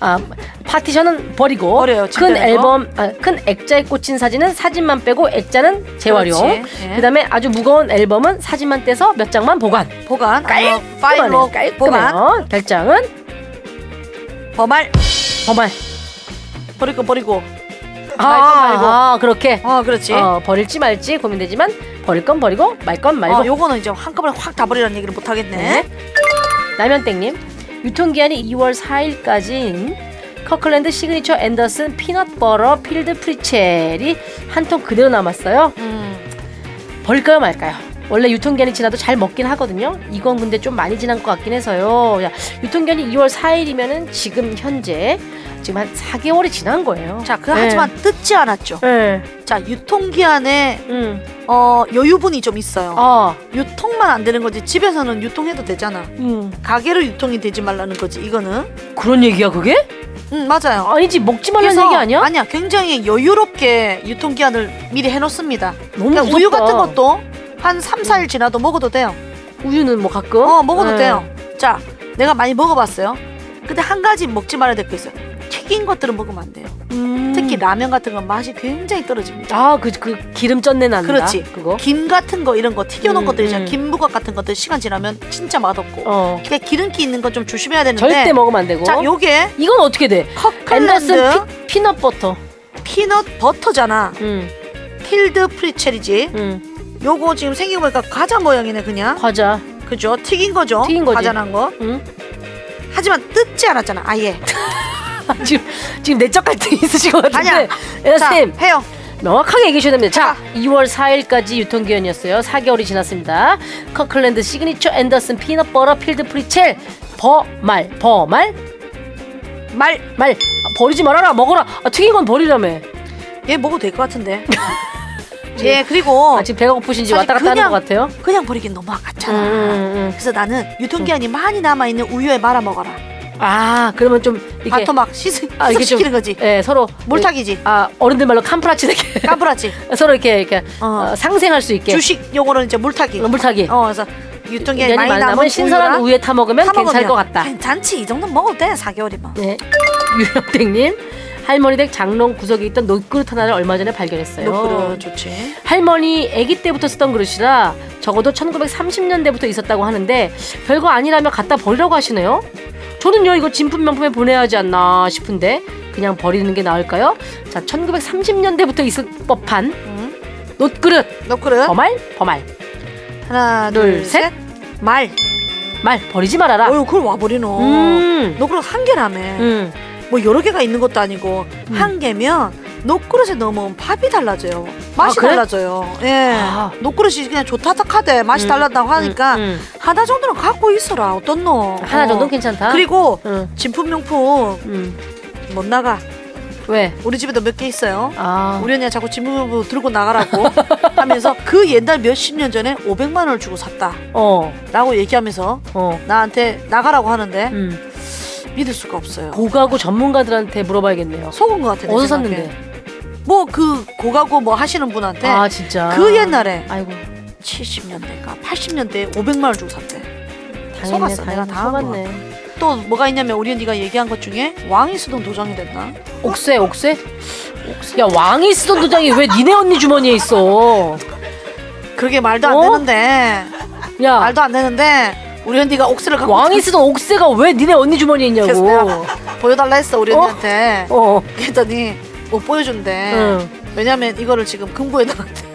Speaker 2: 아 파티션은 버리고
Speaker 3: 버려요,
Speaker 2: 큰
Speaker 3: 집되는 거.
Speaker 2: 앨범 아, 큰 액자에 꽂힌 사진은 사진만 빼고 액자는 재활용.
Speaker 3: 그렇지. 예.
Speaker 2: 그다음에 아주 무거운 앨범은 사진만 떼서 몇 장만 보관.
Speaker 3: 보관 아니면
Speaker 2: 깔끔하네요.
Speaker 3: 파일로 보관
Speaker 2: 깔끔해요. 결장은
Speaker 3: 범할
Speaker 2: 버말.
Speaker 3: 버릴 거 버리고
Speaker 2: 아,
Speaker 3: 말고.
Speaker 2: 아, 그렇게.
Speaker 3: 어 그렇지
Speaker 2: 어, 버릴지 말지 고민되지만 버릴 건 버리고 말 건 말고.
Speaker 3: 어, 요거는 이제 한꺼번에 확 다 버리라는 얘기를 못 하겠네
Speaker 2: 라면땡님 유통기한이 2월 4일까지인 커클랜드 시그니처 앤더슨 피넛버터 필드 프리첼이 한 통 그대로 남았어요.
Speaker 3: 음.
Speaker 2: 버릴까요 말까요? 원래 유통기한이 지나도 잘 먹긴 하거든요. 이건 근데 좀 많이 지난 것 같긴 해서요. 야, 유통기한이 2월 4일이면은 지금 현재 지금 한 4개월이 지난 거예요.
Speaker 3: 자, 그
Speaker 2: 네.
Speaker 3: 하지만 뜯지 않았죠.
Speaker 2: 예,
Speaker 3: 자, 유통기한에
Speaker 2: 음,
Speaker 3: 어, 여유분이 좀 있어요.
Speaker 2: 아,
Speaker 3: 유통만 안 되는 거지. 집에서는 유통해도 되잖아.
Speaker 2: 음,
Speaker 3: 가게로 유통이 되지 말라는 거지. 이거는.
Speaker 2: 그런 얘기야 그게?
Speaker 3: 응, 맞아요.
Speaker 2: 아니지 먹지 말라는
Speaker 3: 그래서-
Speaker 2: 얘기 아니야?
Speaker 3: 아니야. 굉장히 여유롭게 유통기한을 미리 해놓습니다.
Speaker 2: 너무
Speaker 3: 그러니까 우유
Speaker 2: 무섭다. 음.
Speaker 3: 같은 것도 한 3, 4일 지나도 먹어도 돼요.
Speaker 2: 우유는 뭐 가끔
Speaker 3: 어, 먹어도
Speaker 2: 예.
Speaker 3: 돼요. 자, 내가 많이 먹어봤어요. 근데 한 가지 먹지 말아야 될 게 있어요. 튀긴 것들은 먹으면 안 돼요.
Speaker 2: 음.
Speaker 3: 특히 라면 같은 건 맛이 굉장히 떨어집니다.
Speaker 2: 아, 그, 그 기름 쩐내 난다.
Speaker 3: 그렇지.
Speaker 2: 그거.
Speaker 3: 김 같은 거 이런 거 튀겨놓은
Speaker 2: 음,
Speaker 3: 것들 있잖아.
Speaker 2: 음.
Speaker 3: 김부각 같은 것들 시간 지나면 진짜 맛없고.
Speaker 2: 어.
Speaker 3: 그러니까 기름기 있는 건 좀 조심해야 되는데.
Speaker 2: 절대 먹으면 안 되고.
Speaker 3: 자, 요게
Speaker 2: 이건 어떻게 돼?
Speaker 3: 커클랜드
Speaker 2: 앤더슨 피, 피넛 버터.
Speaker 3: 피넛 버터잖아.
Speaker 2: 음,
Speaker 3: 필드 프리첼이지.
Speaker 2: 음.
Speaker 3: 요거 지금 생겨보니까 과자 모양이네 그냥.
Speaker 2: 과자.
Speaker 3: 그죠? 튀긴 거죠.
Speaker 2: 튀긴 거지.
Speaker 3: 과자란 거.
Speaker 2: 음.
Speaker 3: 하지만 뜯지 않았잖아. 아예.
Speaker 2: 아, 지금 지금 내적 갈등 있으신 것 같은데.
Speaker 3: 아니야. 자,
Speaker 2: 앤더슨
Speaker 3: 해요.
Speaker 2: 명확하게 얘기해 주셔야 됩니다. 자, 2월 4일까지 유통기한이었어요. 4개월이 지났습니다. 커클랜드 시그니처 앤더슨 피넛 버터 필드 프리첼 버말 버말 말 말 버리지 말아라 먹어라 아, 튀긴 건 버리라며
Speaker 3: 얘 먹어도 될 것 같은데. 예, 그리고
Speaker 2: 아, 지금 배가 고프신지
Speaker 3: 사실
Speaker 2: 왔다 갔다 하는
Speaker 3: 그냥-
Speaker 2: 것 같아요
Speaker 3: 그냥 버리긴 너무 아깝잖아.
Speaker 2: 음, 음,
Speaker 3: 그래서 나는 유통기한이 많이 남아있는 우유에 말아 먹어라.
Speaker 2: 음. 아 그러면 좀 이렇게
Speaker 3: 바토 막 시승,
Speaker 2: 아, 이게 좀-
Speaker 3: 시키는 거지.
Speaker 2: 예, 서로
Speaker 3: 몰타기지.
Speaker 2: 아 어른들 말로 캄프라치 되게
Speaker 3: 까불하지.
Speaker 2: 서로 이렇게 이렇게
Speaker 3: 어.
Speaker 2: 어, 상생할 수 있게
Speaker 3: 주식 용어로는 이제 물타기.
Speaker 2: 어, 물타기.
Speaker 3: 어, 그래서 유통기한이
Speaker 2: 년이
Speaker 3: 많이
Speaker 2: 많이
Speaker 3: 남은
Speaker 2: 남은 신선한 우유에 타 먹으면 괜찮을 것 같다.
Speaker 3: 괜찮지. 이 정도는 먹어도 돼. 4개월이면. 뭐.
Speaker 2: 네. 유협댕님 할머니 댁 장롱 구석에 있던 녹그릇 하나를 얼마 전에 발견했어요.
Speaker 3: 노크로 좋지.
Speaker 2: 할머니 아기 때부터 쓰던 그릇이라 적어도 1930년대부터 있었다고 하는데 별거 아니라며 갖다 버리라고 하시네요. 저는요 이거 진품 명품에 보내야 하지 않나 싶은데 그냥 버리는 게 나을까요? 자 1930년대부터 있을 법한
Speaker 3: 응.
Speaker 2: 놋그릇
Speaker 3: 노크로.
Speaker 2: 버말 버말
Speaker 3: 하나,
Speaker 2: 둘,
Speaker 3: 둘, 셋. 말.
Speaker 2: 말 버리지 말아라.
Speaker 3: 어유 그걸 와버리노.
Speaker 2: 음.
Speaker 3: 노크로 한 개라며.
Speaker 2: 음.
Speaker 3: 뭐 여러 개가 있는 것도 아니고 한 개면 노크릇에 넣으면 밥이 달라져요. 맛이
Speaker 2: 아, 그래?
Speaker 3: 달라져요. 예.
Speaker 2: 아.
Speaker 3: 노크릇이 그냥 좋다 하대 맛이
Speaker 2: 음,
Speaker 3: 달랐다고 하니까
Speaker 2: 음, 음.
Speaker 3: 하나 정도는 갖고 있어라. 어떻노?
Speaker 2: 하나
Speaker 3: 어.
Speaker 2: 정도는 괜찮다.
Speaker 3: 그리고
Speaker 2: 음.
Speaker 3: 진품 명품
Speaker 2: 음.
Speaker 3: 못 나가.
Speaker 2: 왜?
Speaker 3: 우리 집에도 몇 개 있어요.
Speaker 2: 아.
Speaker 3: 우리 언니가 자꾸 진품 명품 들고 나가라고 하면서 그 옛날 몇십 년 전에 500만 원을 주고 샀다.
Speaker 2: 어.
Speaker 3: 라고 얘기하면서
Speaker 2: 어.
Speaker 3: 나한테 나가라고 하는데
Speaker 2: 음.
Speaker 3: 믿을 수가 없어요.
Speaker 2: 고가고 전문가들한테 물어봐야겠네요.
Speaker 3: 속은 것 같아. 내
Speaker 2: 어디서
Speaker 3: 생각에.
Speaker 2: 샀는데?
Speaker 3: 뭐 그 고가고 뭐 하시는 분한테
Speaker 2: 아 진짜.
Speaker 3: 그 옛날에
Speaker 2: 아이고.
Speaker 3: 70년대가 80년대에 500만 원 주고 샀대.
Speaker 2: 당했네,
Speaker 3: 속았어, 내가
Speaker 2: 당했네,
Speaker 3: 당한
Speaker 2: 속았네.
Speaker 3: 또 뭐가 있냐면 우리 언니가 얘기한 것 중에 왕이 수동 도장이 됐나?
Speaker 2: 옥쇠, 옥쇠? 야 왕이 쓰던 도장이 왜 니네 언니 주머니에 있어?
Speaker 3: 그게 말도 안
Speaker 2: 어?
Speaker 3: 되는데
Speaker 2: 야
Speaker 3: 말도 안 되는데 우리 언니가 옥스를 갖고
Speaker 2: 왕이 쓰던 옥쇠가 왜 니네 언니 주머니에
Speaker 3: 그래서
Speaker 2: 있냐고?
Speaker 3: 내가 보여달라 했어 우리
Speaker 2: 어?
Speaker 3: 언니한테.
Speaker 2: 어.
Speaker 3: 그랬더니 못 보여준대.
Speaker 2: 응.
Speaker 3: 왜냐면 이거를 지금 금고에 넣었대.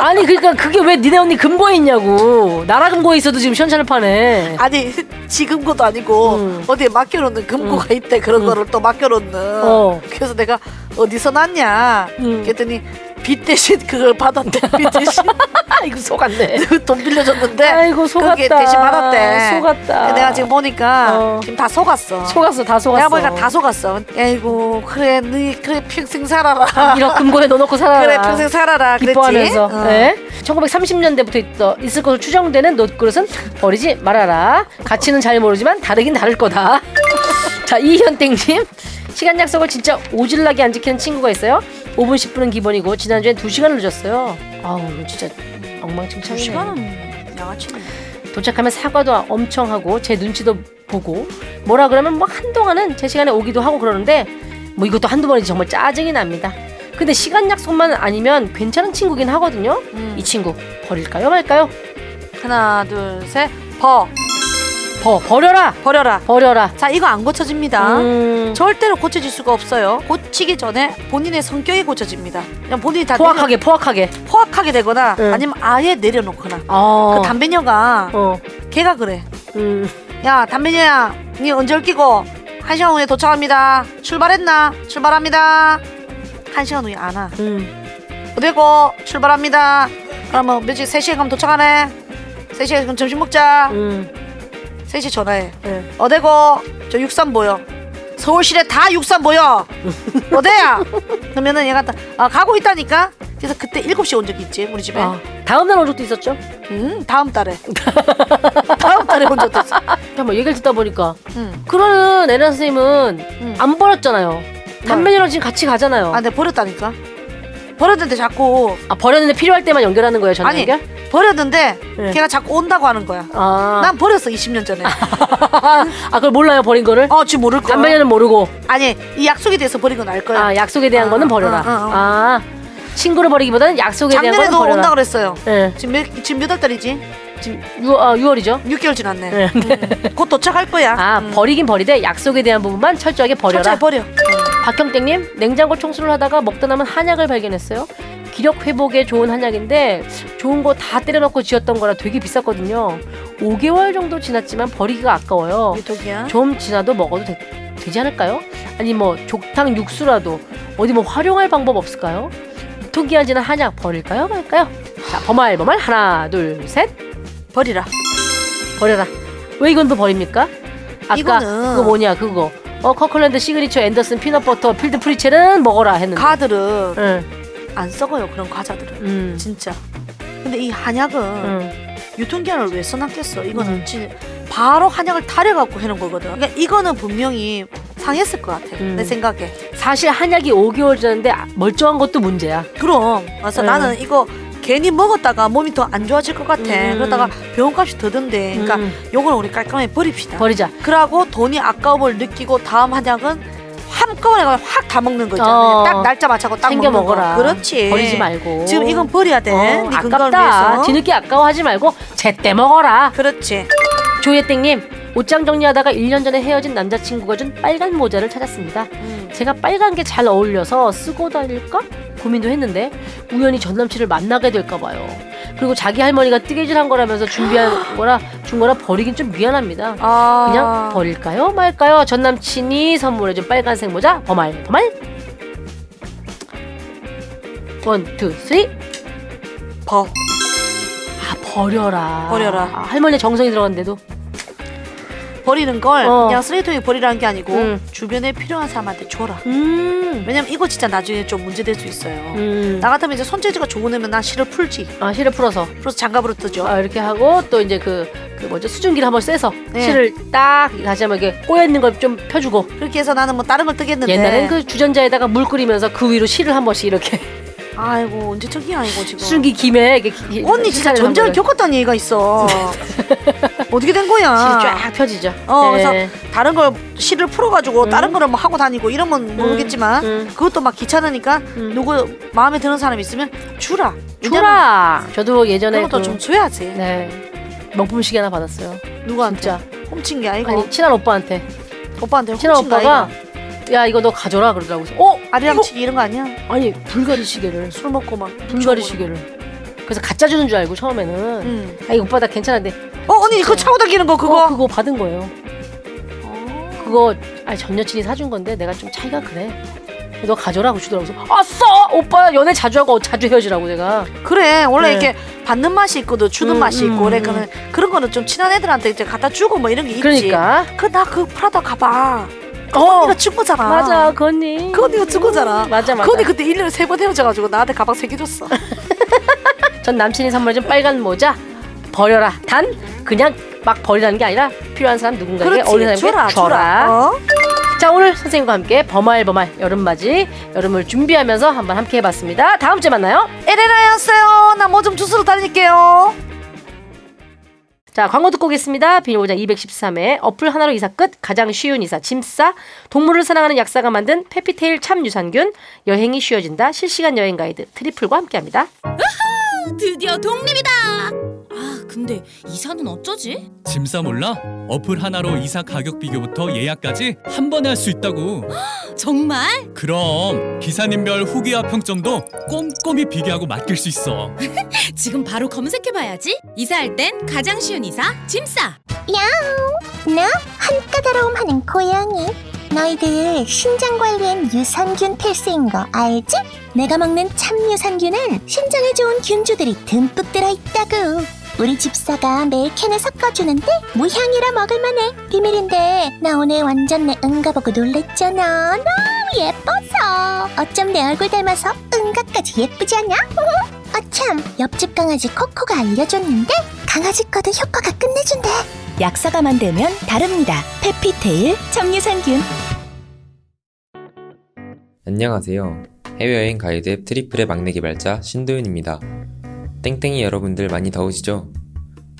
Speaker 2: 아니 그러니까 그게 왜 니네 언니 금고에 있냐고? 나라 금고에 있어도 지금 시원찮을 판에.
Speaker 3: 아니 지금고도 아니고
Speaker 2: 음.
Speaker 3: 어디에 맡겨놓는 금고가 있대 그런
Speaker 2: 음.
Speaker 3: 거를 또 맡겨놓는.
Speaker 2: 어.
Speaker 3: 그래서 내가 어디서 났냐
Speaker 2: 음.
Speaker 3: 그랬더니 빚 대신 그걸 받았대. 빚 대신
Speaker 2: 아이고 속았네.
Speaker 3: 돈 빌려줬는데
Speaker 2: 아이고 속았다.
Speaker 3: 그게 대신 받았대.
Speaker 2: 속았다.
Speaker 3: 내가 지금 보니까
Speaker 2: 어.
Speaker 3: 지금 다 속았어.
Speaker 2: 속았어 다 속았어.
Speaker 3: 내가 보니까 다 속았어. 아이고 그래 네 그래 평생 살아라.
Speaker 2: 이런 금고에 넣어놓고 살아라.
Speaker 3: 그래 평생 살아라. 그랬지?
Speaker 2: 기뻐하면서
Speaker 3: 어.
Speaker 2: 네. 1930년대부터 있, 있을 것으로 추정되는 놋그릇은 버리지 말아라 가치는 잘 모르지만 다르긴 다를 거다 자 이현땡님 시간 약속을 진짜 오질나게 안 지키는 친구가 있어요 5분 10분은 기본이고 지난주엔 2시간을 늦었어요 아우 진짜 엉망진창이네
Speaker 3: 양아치네.
Speaker 2: 도착하면 사과도 엄청 하고 제 눈치도 보고 뭐라 그러면 뭐 한동안은 제 시간에 오기도 하고 그러는데 뭐 이것도 한두 번이지 정말 짜증이 납니다. 근데 시간 약속만 아니면 괜찮은 친구긴 하거든요.
Speaker 3: 음.
Speaker 2: 이 친구 버릴까요 말까요?
Speaker 3: 하나 둘 셋. 버
Speaker 2: 버 버려라
Speaker 3: 버려라.
Speaker 2: 버려라.
Speaker 3: 자 이거 안 고쳐집니다.
Speaker 2: 음,
Speaker 3: 절대로 고쳐질 수가 없어요. 고치기 전에 본인의 성격이 고쳐집니다. 그냥 본인이 다
Speaker 2: 포악하게 포악하게.
Speaker 3: 내려- 포악하게 되거나
Speaker 2: 응.
Speaker 3: 아니면 아예 내려놓거나.
Speaker 2: 어.
Speaker 3: 그 담배녀가
Speaker 2: 어.
Speaker 3: 걔가 그래.
Speaker 2: 음.
Speaker 3: 야 담배녀야, 니 언제 올 끼고 한 시간 후에 도착합니다. 출발했나? 출발합니다. 한 시간 후에 안 와.
Speaker 2: 음.
Speaker 3: 어디고 출발합니다. 그러면 며칠 세 시에 가면 도착하네. 세 시에 그럼 점심 먹자.
Speaker 2: 음.
Speaker 3: 세 시에 전화해.
Speaker 2: 네.
Speaker 3: 어디고 저 육삼 보여. 서울시내 다 육삼 보여. 어디야? 그러면은 얘가 다, 아 가고 있다니까. 그래서 그때 일곱 시에 온 적이 있지 우리 집에.
Speaker 2: 아, 다음 날 오죽도 있었죠?
Speaker 3: 음 다음 달에. 다음 달에 온 적도 있어.
Speaker 2: 잠깐만 얘기를 듣다 보니까
Speaker 3: 음.
Speaker 2: 그러는 에나 선생님은
Speaker 3: 음.
Speaker 2: 안 버렸잖아요. 담배녀랑 지금 같이 가잖아요.
Speaker 3: 아, 내가 버렸다니까. 버렸는데 자꾸
Speaker 2: 아 버렸는데 필요할 때만 연결하는 거예요 전화
Speaker 3: 아니.
Speaker 2: 연결?
Speaker 3: 버렸는데
Speaker 2: 네.
Speaker 3: 걔가 자꾸 온다고 하는 거야.
Speaker 2: 아,
Speaker 3: 난 버렸어 20년 전에.
Speaker 2: 아 그걸 몰라요 버린 거를?
Speaker 3: 어 지금 모를 거야.
Speaker 2: 담배는 모르고
Speaker 3: 아니 이 약속에 대해서 버린 건 알 거야.
Speaker 2: 아 약속에 대한
Speaker 3: 아,
Speaker 2: 거는 버려라.
Speaker 3: 어, 어, 어.
Speaker 2: 아 친구를 버리기보다는 약속에 대한 거는
Speaker 3: 작년에도
Speaker 2: 버려라.
Speaker 3: 온다 그랬어요.
Speaker 2: 예,
Speaker 3: 지금 몇, 지금 몇월 달이지?
Speaker 2: 지금 6월, 아, 6월이죠.
Speaker 3: 6개월 지났네.
Speaker 2: 네.
Speaker 3: 음, 곧 도착할 거야.
Speaker 2: 아
Speaker 3: 음.
Speaker 2: 버리긴 버리되 약속에 대한 부분만 철저하게 버려라. 어.
Speaker 3: 천천히 버려.
Speaker 2: 박형땡님 냉장고 청소를 하다가 먹다 남은 한약을 발견했어요. 기력 회복에 좋은 한약인데 좋은 거 다 때려넣고 지었던 거라 되게 비쌌거든요. 5개월 정도 지났지만 버리기가 아까워요.
Speaker 3: 미독이야.
Speaker 2: 좀 지나도 먹어도 되, 지 않을까요? 아니 뭐 족탕 육수라도 어디 뭐 활용할 방법 없을까요? 유통기한 지난 한약 버릴까요 말까요? 자 범알 범알 하나 둘 셋
Speaker 3: 버리라.
Speaker 2: 버려라 왜 이건 또 버립니까? 아까
Speaker 3: 이거는-
Speaker 2: 그거 뭐냐 그거 어 커클랜드 시그니처 앤더슨 피넛버터 필드 프리첼은 먹어라 했는데
Speaker 3: 과들은
Speaker 2: 응,
Speaker 3: 안 썩어요 그런 과자들은
Speaker 2: 음,
Speaker 3: 진짜. 근데 이 한약은
Speaker 2: 음.
Speaker 3: 유통기한을 왜 써놨겠어? 이거는
Speaker 2: 음.
Speaker 3: 진 바로 한약을 타려갖고 해놓은 거거든. 그러니까 이거는 분명히 상했을 것 같아.
Speaker 2: 음.
Speaker 3: 내 생각에.
Speaker 2: 사실 한약이 5개월 전인데 멀쩡한 것도 문제야
Speaker 3: 그럼 그래서
Speaker 2: 음.
Speaker 3: 나는 이거 괜히 먹었다가 몸이 더 안 좋아질 것 같아.
Speaker 2: 음.
Speaker 3: 그러다가 병원값이 더 든대. 그러니까
Speaker 2: 음,
Speaker 3: 요건 우리 깔끔하게 버립시다.
Speaker 2: 버리자
Speaker 3: 그러고 돈이 아까움을 느끼고 다음 한약은 한꺼번에 확 다 먹는 거잖아.
Speaker 2: 어.
Speaker 3: 딱 날짜 맞춰고 딱
Speaker 2: 챙겨
Speaker 3: 먹는
Speaker 2: 먹어라
Speaker 3: 거. 그렇지.
Speaker 2: 버리지 말고
Speaker 3: 지금 이건 버려야 돼.
Speaker 2: 어,
Speaker 3: 네 건강을
Speaker 2: 아깝다.
Speaker 3: 위해서.
Speaker 2: 뒤늦게 아까워하지 말고 제때 먹어라.
Speaker 3: 그렇지.
Speaker 2: 조예땡님 옷장 정리하다가 1년 전에 헤어진 남자친구가 준 빨간 모자를 찾았습니다.
Speaker 3: 음.
Speaker 2: 제가 빨간 게 잘 어울려서 쓰고 다닐까 고민도 했는데 우연히 전 남친을 만나게 될까 봐요. 그리고 자기 할머니가 뜨개질한 거라면서 준비한 거라 준 거라 버리긴 좀 미안합니다.
Speaker 3: 아.
Speaker 2: 그냥 버릴까요 말까요? 전 남친이 선물해준 빨간색 모자 버말 버말. 원투 쓰리
Speaker 3: 버.
Speaker 2: 아 버려라.
Speaker 3: 버려라.
Speaker 2: 아, 할머니 정성이 들어갔는데도.
Speaker 3: 버리는 걸
Speaker 2: 어.
Speaker 3: 그냥 쓰레기통에 버리라는 게 아니고
Speaker 2: 음.
Speaker 3: 주변에 필요한 사람한테 줘라.
Speaker 2: 음.
Speaker 3: 왜냐면 이거 진짜 나중에 좀 문제될 수 있어요.
Speaker 2: 음.
Speaker 3: 나 같으면 이제 손재주가 좋은 애면 난 실을 풀지.
Speaker 2: 아 실을 풀어서
Speaker 3: 그래서 장갑으로 뜨죠.
Speaker 2: 아, 이렇게 하고 또 이제 그, 그 뭐죠 수증기를 한번 쐬서
Speaker 3: 네.
Speaker 2: 실을 딱 다시 한번 이렇게 꼬여 있는 걸 좀 펴주고
Speaker 3: 그렇게 해서 나는 뭐 다른 걸 뜨겠는데.
Speaker 2: 옛날엔 그 주전자에다가 물 끓이면서 그 위로 실을 한 번씩 이렇게
Speaker 3: 어. 아이고 언제 저기야 이거 지금.
Speaker 2: 수증기 김에 이렇게 기-
Speaker 3: 언니 진짜
Speaker 2: 실타래를 한 번을
Speaker 3: 전쟁을 겪었다는 얘기가 있어. 어떻게 된 거야?
Speaker 2: 실이 쫙 펴지죠.
Speaker 3: 아. 어,
Speaker 2: 네.
Speaker 3: 그래서 다른 걸 실을 풀어가지고
Speaker 2: 음.
Speaker 3: 다른 거를 뭐 하고 다니고 이러면 모르겠지만
Speaker 2: 음.
Speaker 3: 그것도 막 귀찮으니까
Speaker 2: 음.
Speaker 3: 누구 마음에 드는 사람 있으면 주라. 왜냐면
Speaker 2: 주라. 저도 예전에
Speaker 3: 그런 것도
Speaker 2: 그-
Speaker 3: 좀 줘야지.
Speaker 2: 네. 명품시계 하나 받았어요.
Speaker 3: 누구한테?
Speaker 2: 진짜
Speaker 3: 훔친 게 아니고
Speaker 2: 아니 친한 오빠한테
Speaker 3: 오빠한테 훔친
Speaker 2: 친한
Speaker 3: 거
Speaker 2: 오빠가
Speaker 3: 아니야?
Speaker 2: 야 이거 너 가져라 그러더라고. 그래서 어
Speaker 3: 아리랑
Speaker 2: 이거- 네.
Speaker 3: 치기 이런 거 아니야?
Speaker 2: 아니 불가리 시계를
Speaker 3: 술 먹고 막
Speaker 2: 불가리 시계를 그래서 가짜 주는 줄 알고 처음에는
Speaker 3: 음.
Speaker 2: 아이 오빠 나 괜찮은데
Speaker 3: 어 언니 그거 차고 다니는 거 그거? 어,
Speaker 2: 그거 그거 받은 그- 거예요 그거 아니 전 여친이 사준 건데 내가 좀 차이가 그래 너 가져라고 주더라고. 그래서 아싸! 오빠 연애 자주 하고 자주 헤어지라고 제가.
Speaker 3: 그래 원래
Speaker 2: 네.
Speaker 3: 이렇게 받는 맛이 있고 또 주는
Speaker 2: 음,
Speaker 3: 맛이
Speaker 2: 음,
Speaker 3: 있고 그래
Speaker 2: 음.
Speaker 3: 그런 그런 거는 좀 친한 애들한테 이제 갖다 주고 뭐 이런 게 있지.
Speaker 2: 그러니까.
Speaker 3: 그나그 프라다 가방
Speaker 2: 어.
Speaker 3: 이거 준 거잖아.
Speaker 2: 맞아, 그 언니.
Speaker 3: 그 언니가 준 거잖아.
Speaker 2: 맞아, 네, 맞아.
Speaker 3: 그 언니 그때 1년에 세 번 헤어져가지고 나한테 가방 세 개 줬어.
Speaker 2: 전 남친이 선물해준 빨간 모자 버려라. 단 그냥 막 버리라는 게 아니라 필요한 사람 누군가에게 어울리는 사람에게
Speaker 3: 줘라 줘라. 어?
Speaker 2: 자 오늘 선생님과 함께 범알 범알 여름맞이 여름을 준비하면서 한번 함께 해봤습니다. 다음 주에 만나요.
Speaker 3: 에레나였어요. 나 뭐 좀 주스로 달릴게요.
Speaker 2: 자, 광고 듣고 오겠습니다. 비밀보장 213회 어플 하나로 이사 끝 가장 쉬운 이사 짐싸 동물을 사랑하는 약사가 만든 페피테일 참 유산균 여행이 쉬워진다 실시간 여행 가이드 트리플과 함께합니다.
Speaker 8: 드디어 독립이다. 아, 근데 이사는 어쩌지?
Speaker 9: 짐싸 몰라? 어플 하나로 이사 가격 비교부터 예약까지 한 번에 할 수 있다고.
Speaker 8: 정말?
Speaker 9: 그럼 기사님별 후기와 평점도 꼼꼼히 비교하고 맡길 수 있어.
Speaker 8: 지금 바로 검색해봐야지. 이사할 땐 가장 쉬운 이사 짐싸.
Speaker 10: 나 한까다로움 하는 고양이 너희들 신장 관리엔 유산균 필수인 거 알지? 내가 먹는 참유산균은 신장에 좋은 균주들이 듬뿍 들어있다고 우리 집사가 매일 캔에 섞어주는데 무향이라 먹을만해 비밀인데 나 오늘 완전 내 응가 보고 놀랬잖아 너무 예뻐서 어쩜 내 얼굴 닮아서 응가까지 예쁘지 않냐? 어참 옆집 강아지 코코가 알려줬는데 강아지 거든 효과가 끝내준대 약사가 만들면 다릅니다. 페피테일 참유산균.
Speaker 11: 안녕하세요. 해외여행 가이드 앱 트리플의 막내 개발자 신도윤입니다. 땡땡이 여러분들 많이 더우시죠?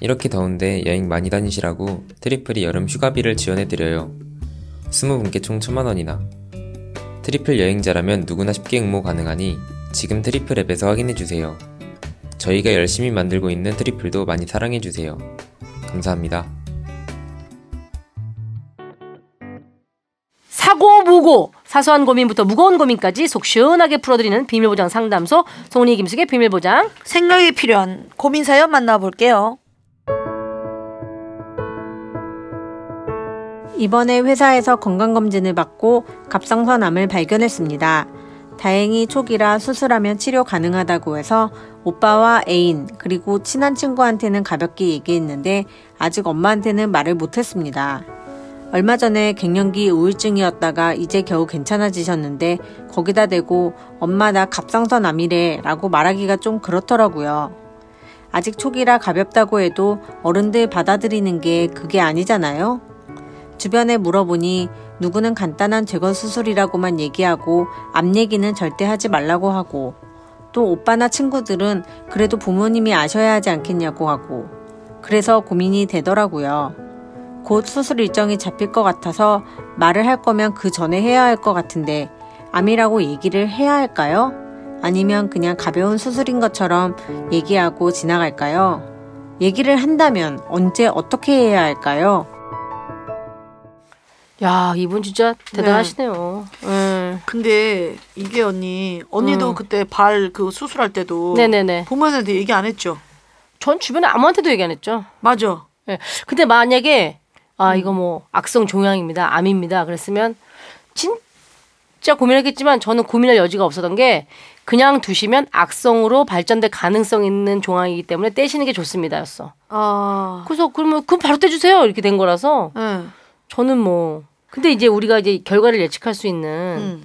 Speaker 11: 이렇게 더운데 여행 많이 다니시라고 트리플이 여름 휴가비를 지원해드려요. 20분께 총 1천만원이나. 트리플 여행자라면 누구나 쉽게 응모 가능하니 지금 트리플 앱에서 확인해주세요. 저희가 열심히 만들고 있는 트리플도 많이 사랑해주세요. 감사합니다.
Speaker 2: 사고 무고 사소한 고민부터 무거운 고민까지 속 시원하게 풀어드리는 비밀보장 상담소 송은이 김숙의 비밀보장
Speaker 3: 생각이 필요한 고민 사연 만나볼게요.
Speaker 12: 이번에 회사에서 건강검진을 받고 갑상선암을 발견했습니다. 다행히 초기라 수술하면 치료 가능하다고 해서 오빠와 애인 그리고 친한 친구한테는 가볍게 얘기했는데 아직 엄마한테는 말을 못했습니다. 얼마 전에 갱년기 우울증이었다가 이제 겨우 괜찮아지셨는데 거기다 대고 엄마 나 갑상선암이래 라고 말하기가 좀 그렇더라고요. 아직 초기라 가볍다고 해도 어른들 받아들이는 게 그게 아니잖아요. 주변에 물어보니 누구는 간단한 재건 수술이라고만 얘기하고 앞 얘기는 절대 하지 말라고 하고 또 오빠나 친구들은 그래도 부모님이 아셔야 하지 않겠냐고 하고 그래서 고민이 되더라고요. 곧 수술 일정이 잡힐 것 같아서 말을 할 거면 그 전에 해야 할 것 같은데 암이라고 얘기를 해야 할까요? 아니면 그냥 가벼운 수술인 것처럼 얘기하고 지나갈까요? 얘기를 한다면 언제 어떻게 해야 할까요?
Speaker 2: 야 이분 진짜 대단하시네요. 음.
Speaker 3: 근데 이게 언니 언니도
Speaker 2: 음.
Speaker 3: 그때 발 그 수술할 때도
Speaker 2: 네네네.
Speaker 3: 부모한테 얘기 안 했죠?
Speaker 2: 전 주변에 아무한테도 얘기 안 했죠.
Speaker 3: 맞아.
Speaker 2: 예. 근데 만약에 아
Speaker 3: 음.
Speaker 2: 이거 뭐 악성 종양입니다, 암입니다. 그랬으면 진짜 고민했겠지만 저는 고민할 여지가 없었던 게 그냥 두시면 악성으로 발전될 가능성 있는 종양이기 때문에 떼시는 게 좋습니다였어.
Speaker 3: 아,
Speaker 2: 그래서 그러면 그럼 바로 떼주세요 이렇게 된 거라서
Speaker 3: 응.
Speaker 2: 저는 뭐 근데 이제 우리가 이제 결과를 예측할 수 있는
Speaker 3: 응.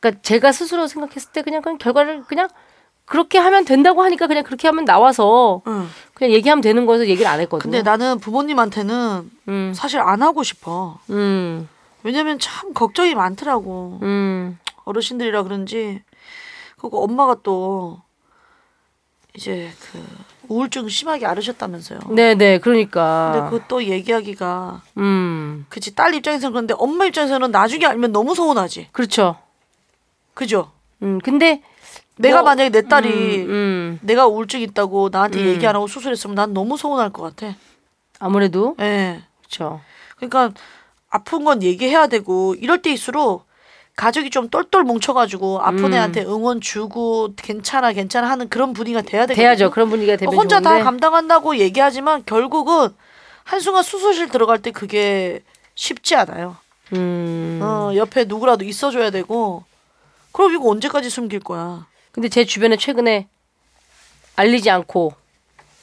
Speaker 2: 그러니까 제가 스스로 생각했을 때 그냥 그냥 결과를 그냥 그렇게 하면 된다고 하니까 그냥 그렇게 하면 나와서
Speaker 3: 응.
Speaker 2: 그냥 얘기하면 되는 거여서 얘기를 안 했거든요.
Speaker 3: 근데 나는 부모님한테는
Speaker 2: 음.
Speaker 3: 사실 안 하고 싶어.
Speaker 2: 음.
Speaker 3: 왜냐면 참 걱정이 많더라고.
Speaker 2: 음.
Speaker 3: 어르신들이라 그런지 그리고 엄마가 또 이제 그 우울증 심하게 앓으셨다면서요.
Speaker 2: 네, 네. 그러니까.
Speaker 3: 근데 그또 얘기하기가
Speaker 2: 음.
Speaker 3: 그치 딸 입장에서는 그런데 엄마 입장에서는 나중에 알면 너무 서운하지.
Speaker 2: 그렇죠.
Speaker 3: 그죠?
Speaker 2: 음. 근데
Speaker 3: 내가
Speaker 2: 뭐,
Speaker 3: 만약에 내 딸이
Speaker 2: 음, 음.
Speaker 3: 내가 우울증 있다고 나한테
Speaker 2: 음.
Speaker 3: 얘기 안 하고 수술했으면 난 너무 서운할 것 같아.
Speaker 2: 아무래도
Speaker 3: 예.
Speaker 2: 그렇죠.
Speaker 3: 그러니까 아픈 건 얘기해야 되고 이럴 때일수록 가족이 좀 똘똘 뭉쳐가지고 아픈
Speaker 2: 음.
Speaker 3: 애한테 응원 주고 괜찮아 괜찮아 하는 그런 분위기가 돼야 되거든요.
Speaker 2: 돼야죠. 그런 분위기가 되면
Speaker 3: 어, 혼자
Speaker 2: 좋은데.
Speaker 3: 다 감당한다고 얘기하지만 결국은 한순간 수술실 들어갈 때 그게 쉽지 않아요.
Speaker 2: 음.
Speaker 3: 어, 옆에 누구라도 있어줘야 되고 그럼 이거 언제까지 숨길 거야?
Speaker 2: 근데 제 주변에 최근에 알리지 않고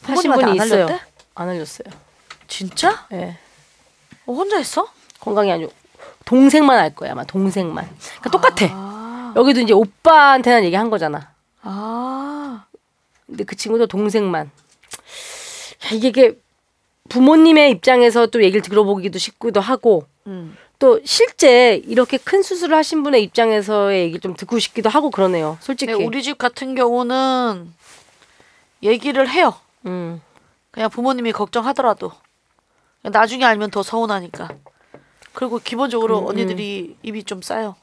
Speaker 2: 하신
Speaker 3: 부모님한테
Speaker 2: 분이
Speaker 3: 안
Speaker 2: 있어요.
Speaker 3: 알렸대?
Speaker 2: 안 알렸어요.
Speaker 3: 진짜?
Speaker 2: 예.
Speaker 3: 어, 혼자 했어?
Speaker 2: 건강이 아니고 동생만 알 거야 아마 동생만.
Speaker 3: 아.
Speaker 2: 그러니까 똑같아. 여기도 이제 오빠한테는 얘기한 거잖아.
Speaker 3: 아,
Speaker 2: 근데 그 친구도 동생만. 야, 이게, 이게 부모님의 입장에서 또 얘기를 들어보기도 쉽기도 하고
Speaker 3: 음.
Speaker 2: 또 실제 이렇게 큰 수술을 하신 분의 입장에서의 얘기 좀 듣고 싶기도 하고 그러네요. 솔직히.
Speaker 3: 네, 우리 집 같은 경우는 얘기를 해요.
Speaker 2: 음.
Speaker 3: 그냥 부모님이 걱정하더라도 나중에 알면 더 서운하니까. 그리고 기본적으로
Speaker 2: 음,
Speaker 3: 언니들이 입이 좀 싸요.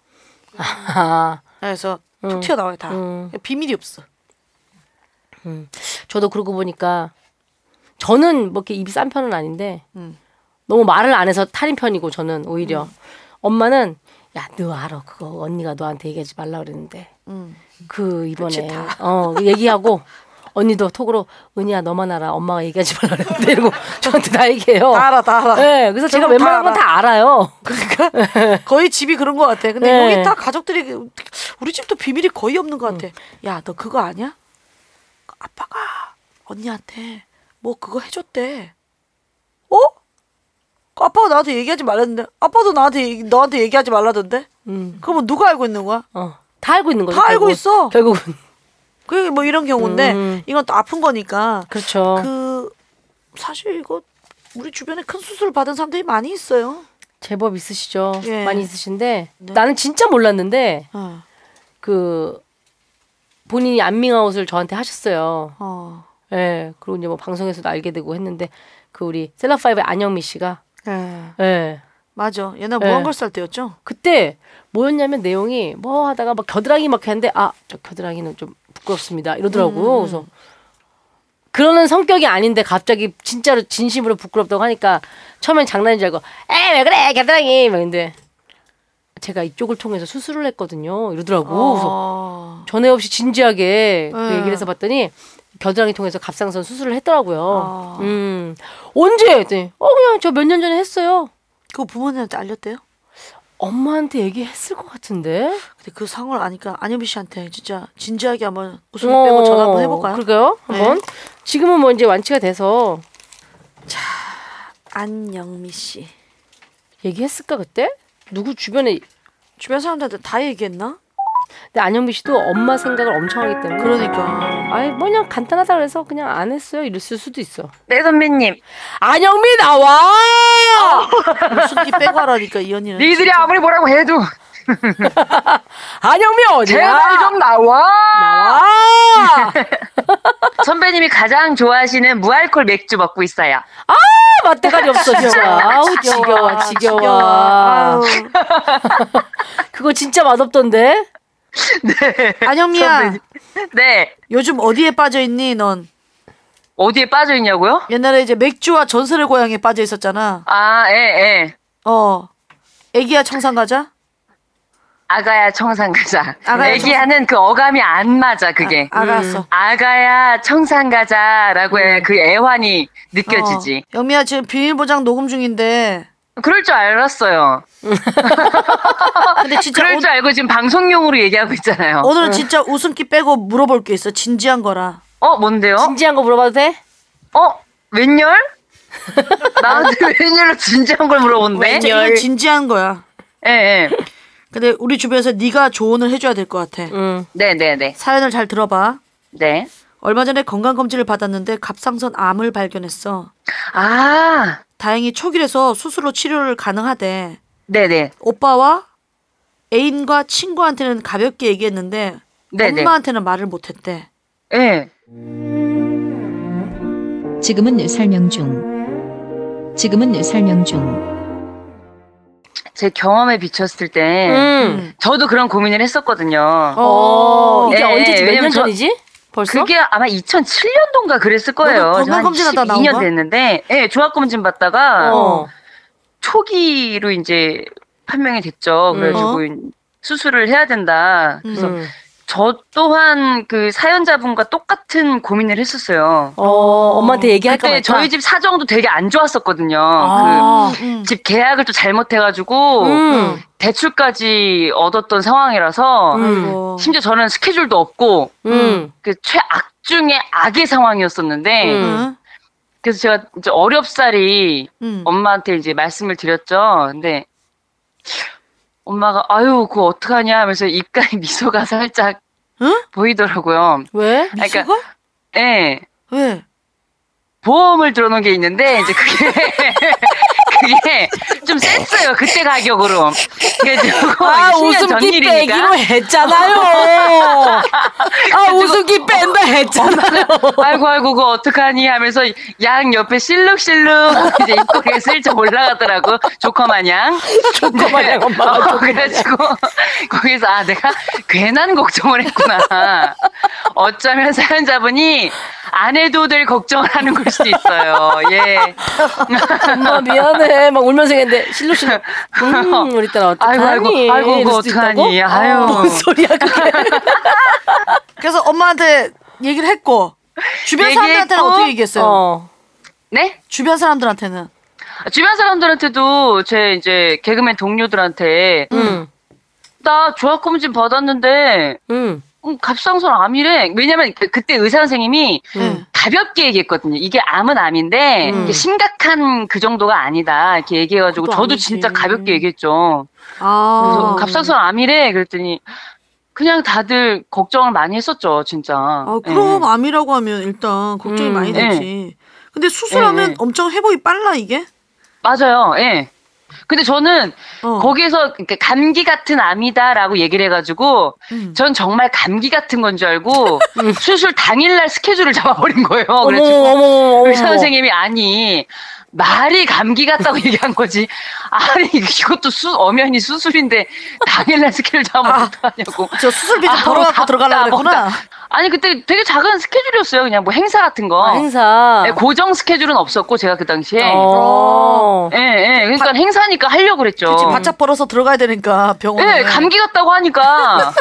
Speaker 2: 아.
Speaker 3: 그래서 툭
Speaker 2: 음,
Speaker 3: 튀어나와요 다.
Speaker 2: 음.
Speaker 3: 비밀이 없어.
Speaker 2: 음. 저도 그러고 보니까 저는 뭐 이렇게 입이 싼 편은 아닌데
Speaker 3: 음.
Speaker 2: 너무 말을 안 해서 탈인 편이고 저는 오히려 엄마는 야 너 알아 그거 언니가 너한테 얘기하지 말라 그랬는데
Speaker 3: 음.
Speaker 2: 그 이번에
Speaker 3: 그치, 다.
Speaker 2: 어그 얘기하고 언니도 톡으로 은희야 너만 알아 엄마가 얘기하지 말라 그랬는데 이러고 저한테 다 얘기해요.
Speaker 3: 다 알아, 다 알아.
Speaker 2: 네, 그래서 제가
Speaker 3: 결국 다
Speaker 2: 웬만한 건
Speaker 3: 알아.
Speaker 2: 다 알아요.
Speaker 3: 거의 집이 그런 것 같아. 근데
Speaker 2: 네.
Speaker 3: 여기 다 가족들이 우리 집도 비밀이 거의 없는 것 같아. 야 너 그거 아냐? 아빠가 언니한테 뭐 그거 해줬대. 어? 그 아빠가 나한테 얘기하지 말랬는데 아빠도 나한테 얘기- 너한테 얘기하지 말라던데.
Speaker 2: 음.
Speaker 3: 그러면 누가 알고 있는 거야?
Speaker 2: 어. 다 알고 있는 거죠.
Speaker 3: 다 알고
Speaker 2: 결국은.
Speaker 3: 있어.
Speaker 2: 결국은
Speaker 3: 그게 뭐 이런 경우인데
Speaker 2: 음.
Speaker 3: 이건 또 아픈 거니까.
Speaker 2: 그렇죠.
Speaker 3: 그 사실 이거 우리 주변에 큰 수술 받은 사람들이 많이 있어요.
Speaker 2: 제법 있으시죠.
Speaker 3: 예.
Speaker 2: 많이 있으신데 나는 진짜 몰랐는데
Speaker 3: 어.
Speaker 2: 그 본인이 안밍아웃을 저한테 하셨어요.
Speaker 3: 어.
Speaker 2: 예. 그리고 이제 뭐 방송에서도 알게 되고 했는데 그 우리 셀럽파이브의 안영미 씨가 예.
Speaker 3: 맞아. 옛날
Speaker 2: 예.
Speaker 3: 무한걸살 때였죠.
Speaker 2: 그때 뭐였냐면 내용이 뭐 하다가 막 겨드랑이 막 했는데 아 저 겨드랑이는 좀 부끄럽습니다 이러더라고
Speaker 3: 음.
Speaker 2: 그래서 그러는 성격이 아닌데 갑자기 진짜로 진심으로 부끄럽다고 하니까 처음엔 장난인 줄 알고 에왜 그래 겨드랑이 막 근데 제가 이쪽을 통해서 수술을 했거든요 이러더라고 그래서
Speaker 3: 아.
Speaker 2: 전에 없이 진지하게 그
Speaker 3: 어. 네.
Speaker 2: 얘기를 해서 봤더니 겨드랑이 통해서 갑상선 수술을
Speaker 3: 아.
Speaker 2: 했더라고요 음 언제 했더니 어 그냥 저 몇 년 전에 했어요
Speaker 3: 그거 부모님한테 알렸대요?
Speaker 2: 엄마한테 얘기했을 것 같은데
Speaker 3: 근데 그 상황을 아니까 안효미 씨한테 진짜 진지하게 한번 웃음을 빼고 전화 한번 해볼까요?
Speaker 2: 어. 그럴까요? 한번.
Speaker 3: 네.
Speaker 2: 지금은 뭐 이제 완치가 돼서
Speaker 3: 안영미 씨.
Speaker 2: 얘기했을까 그때? 누구 주변에
Speaker 3: 주변 사람들한테 다 얘기했나?
Speaker 2: 근데 안영미 씨도 엄마 생각을 엄청 하기 때문에
Speaker 3: 그러니까
Speaker 2: 아이 뭐 그냥 간단하다 그래서 그냥 안 했어요 이랬을 수도 있어
Speaker 13: 네 선배님. 아,
Speaker 2: 안영미 나와
Speaker 3: 무슨 기 빼고 하라니까 이 언니는
Speaker 13: 니들이 아무리 뭐라고 해도
Speaker 2: 안영미 어디야?
Speaker 13: 제발 좀 나와.
Speaker 2: 나와.
Speaker 13: 선배님이 가장 좋아하시는 무알콜 맥주 먹고 있어요.
Speaker 2: 아 맞대가리 없어 지겨워 아우 지겨워 지겨워,
Speaker 13: 지겨워. 아우.
Speaker 2: 그거 진짜 맛없던데
Speaker 3: 안영미야
Speaker 13: 네.
Speaker 3: 요즘 어디에 빠져 있니 넌?
Speaker 13: 어디에 빠져 있냐고요?
Speaker 3: 옛날에 이제 맥주와 전설의 고향에 빠져 있었잖아.
Speaker 13: 아, 예, 예.
Speaker 3: 어. 애기야 청산 가자.
Speaker 13: 아가야 청산 가자.
Speaker 3: 아가야
Speaker 13: 얘기하는 그 어감이 안 맞아 그게.
Speaker 3: 아, 알았어. 음.
Speaker 13: 아가야 청산 가자라고 의그 애환이 느껴지지.
Speaker 3: 어. 영미야 지금 비밀보장 녹음 중인데.
Speaker 13: 그럴 줄 알았어요.
Speaker 3: 근데 진짜
Speaker 13: 그럴 줄 알고 지금 방송용으로 얘기하고 있잖아요.
Speaker 3: 오늘은 진짜 웃음기 빼고 물어볼 게 있어. 진지한 거라.
Speaker 13: 어 뭔데요?
Speaker 2: 진지한 거 물어봐도 돼?
Speaker 13: 어 웬열? 나한테 웬열로 진지한 걸 물어본대.
Speaker 3: 진짜 이건 진지한 거야.
Speaker 13: 예, 예.
Speaker 3: 근데 우리 주변에서 네가 조언을 해줘야 될 것 같아.
Speaker 13: 네, 네, 네.
Speaker 3: 사연을 잘 들어봐.
Speaker 13: 네.
Speaker 3: 얼마 전에 건강 검진을 받았는데 갑상선 암을 발견했어.
Speaker 13: 아.
Speaker 3: 다행히 초기라서 수술로 치료를 가능하대.
Speaker 13: 네, 네.
Speaker 3: 오빠와 애인과 친구한테는 가볍게 얘기했는데
Speaker 4: 네네.
Speaker 3: 엄마한테는 말을 못했대.
Speaker 13: 예.
Speaker 4: 지금은 설명 중. 지금은 설명 중.
Speaker 13: 제 경험에 비쳤을 때
Speaker 4: 음.
Speaker 13: 저도 그런 고민을 했었거든요.
Speaker 2: 어, 이게
Speaker 13: 예,
Speaker 2: 언제지?
Speaker 13: 예.
Speaker 2: 몇
Speaker 13: 왜냐면
Speaker 2: 년
Speaker 13: 저-
Speaker 2: 전이지? 벌써?
Speaker 13: 그게 아마 2007년도인가 그랬을 거예요.
Speaker 2: 너가
Speaker 13: 저
Speaker 2: 건강검진하다
Speaker 13: 한
Speaker 2: 나온
Speaker 13: 12년
Speaker 2: 거야?
Speaker 13: 됐는데, 예, 종합검진 받다가 그
Speaker 2: 어.
Speaker 13: 초기로 이제 판명이 됐죠. 그래가지고
Speaker 2: 어.
Speaker 13: 수술을 해야 된다. 그래서
Speaker 2: 음.
Speaker 13: 저 또한 그 사연자분과 똑같은 고민을 했었어요.
Speaker 2: 엄마한테 얘기할까
Speaker 13: 그때
Speaker 2: 말까?
Speaker 13: 저희 집 사정도 되게 안 좋았었거든요.
Speaker 2: 아.
Speaker 13: 그 집 계약을 또 잘못해가지고
Speaker 2: 음.
Speaker 13: 대출까지 얻었던 상황이라서
Speaker 2: 음.
Speaker 13: 심지어 저는 스케줄도 없고
Speaker 2: 음.
Speaker 13: 그 최악 중의 악의 상황이었었는데
Speaker 2: 음.
Speaker 13: 그래서 제가 이제 어렵사리 엄마한테 이제 말씀을 드렸죠. 근데 엄마가 아유 그거 어떡하냐 하면서 입가에 미소가 살짝 보이더라고요.
Speaker 2: 왜?
Speaker 13: 미소가? 예. 왜? 보험을 들어놓은 게 있는데 이제 그게 그게 좀 셌어요 그때 가격으로. 그게 저거
Speaker 2: 아,
Speaker 13: 10년 전
Speaker 2: 웃음기 뭐
Speaker 13: 일이니까.
Speaker 2: 빼기로 했잖아요. 아, 웃음기 뺀다 했잖아요.
Speaker 13: 아이고 아이고 그거 어떡하니 하면서 양 옆에 실룩실룩 이제 입꼬리에 슬쩍 올라가더라고 조커 마냥 조커
Speaker 2: 마냥 엄마가 조커 마냥.
Speaker 13: 그래가지고 거기서 아 내가 괜한 걱정을 했구나 어쩌면 사연자분이 안 해도 될 걱정을 하는 걸 수도 있어요 예
Speaker 2: 엄마 미안해. 막 울면서 했는데 실룩실룩. 음, 우리 딸 어떡하니?
Speaker 13: 아이고, 아이고, 아이고,
Speaker 2: 이럴
Speaker 13: 그거
Speaker 2: 수도 있다고?
Speaker 13: 어떡하니? 아유.
Speaker 2: 뭔 소리야 그게.
Speaker 3: 그래서 엄마한테 얘기를 했고 주변 사람들한테는
Speaker 13: 얘기했고,
Speaker 3: 어떻게 얘기했어요?
Speaker 13: 어. 네?
Speaker 3: 주변 사람들한테는
Speaker 13: 주변 사람들한테도 제 이제 개그맨 동료들한테 나 조합검진 받았는데 음, 갑상선 암이래. 왜냐면 그, 그때 의사 선생님이 가볍게 얘기했거든요. 이게 암은 암인데
Speaker 2: 음.
Speaker 13: 이게 심각한 그 정도가 아니다 이렇게 얘기해가지고
Speaker 2: 그것도
Speaker 13: 저도
Speaker 2: 아니지.
Speaker 13: 진짜 가볍게 얘기했죠.
Speaker 2: 아.
Speaker 13: 그래서 갑상선 암이래 그랬더니 그냥 다들 걱정을 많이 했었죠, 진짜. 아,
Speaker 14: 그럼 암이라고 하면 일단 걱정이
Speaker 13: 음,
Speaker 14: 많이
Speaker 13: 네.
Speaker 14: 되지. 근데 수술하면
Speaker 13: 네, 네.
Speaker 14: 엄청 회복이 빨라 이게?
Speaker 13: 맞아요. 예. 근데 저는
Speaker 2: 어.
Speaker 13: 거기에서 이렇게 감기 같은 암이다라고 얘기를 해가지고
Speaker 2: 음.
Speaker 13: 전 정말 감기 같은 건 줄 알고 수술 당일날 스케줄을 잡아버린 거예요. 그래서
Speaker 2: 어머, 어머, 어머.
Speaker 13: 의사 선생님이 아니 말이 감기 같다고 얘기한 거지. 아니 이것도 수 엄연히 수술인데 당일날 스케줄 잡아버린 거 아니냐고.
Speaker 3: 저 수술비 좀 벌어갖고 들어가려고 그랬구나.
Speaker 13: 아니 그때 되게 작은 스케줄이었어요. 그냥 뭐 행사 같은 거.
Speaker 2: 아, 행사.
Speaker 13: 네, 고정 스케줄은 없었고 제가 그 당시에.
Speaker 2: 네. 어.
Speaker 13: 예, 예. 그러니까 행사니까 하려고 그랬죠.
Speaker 3: 그치 바짝 벌어서 들어가야 되니까 병원에.
Speaker 13: 예, 감기 같다고 하니까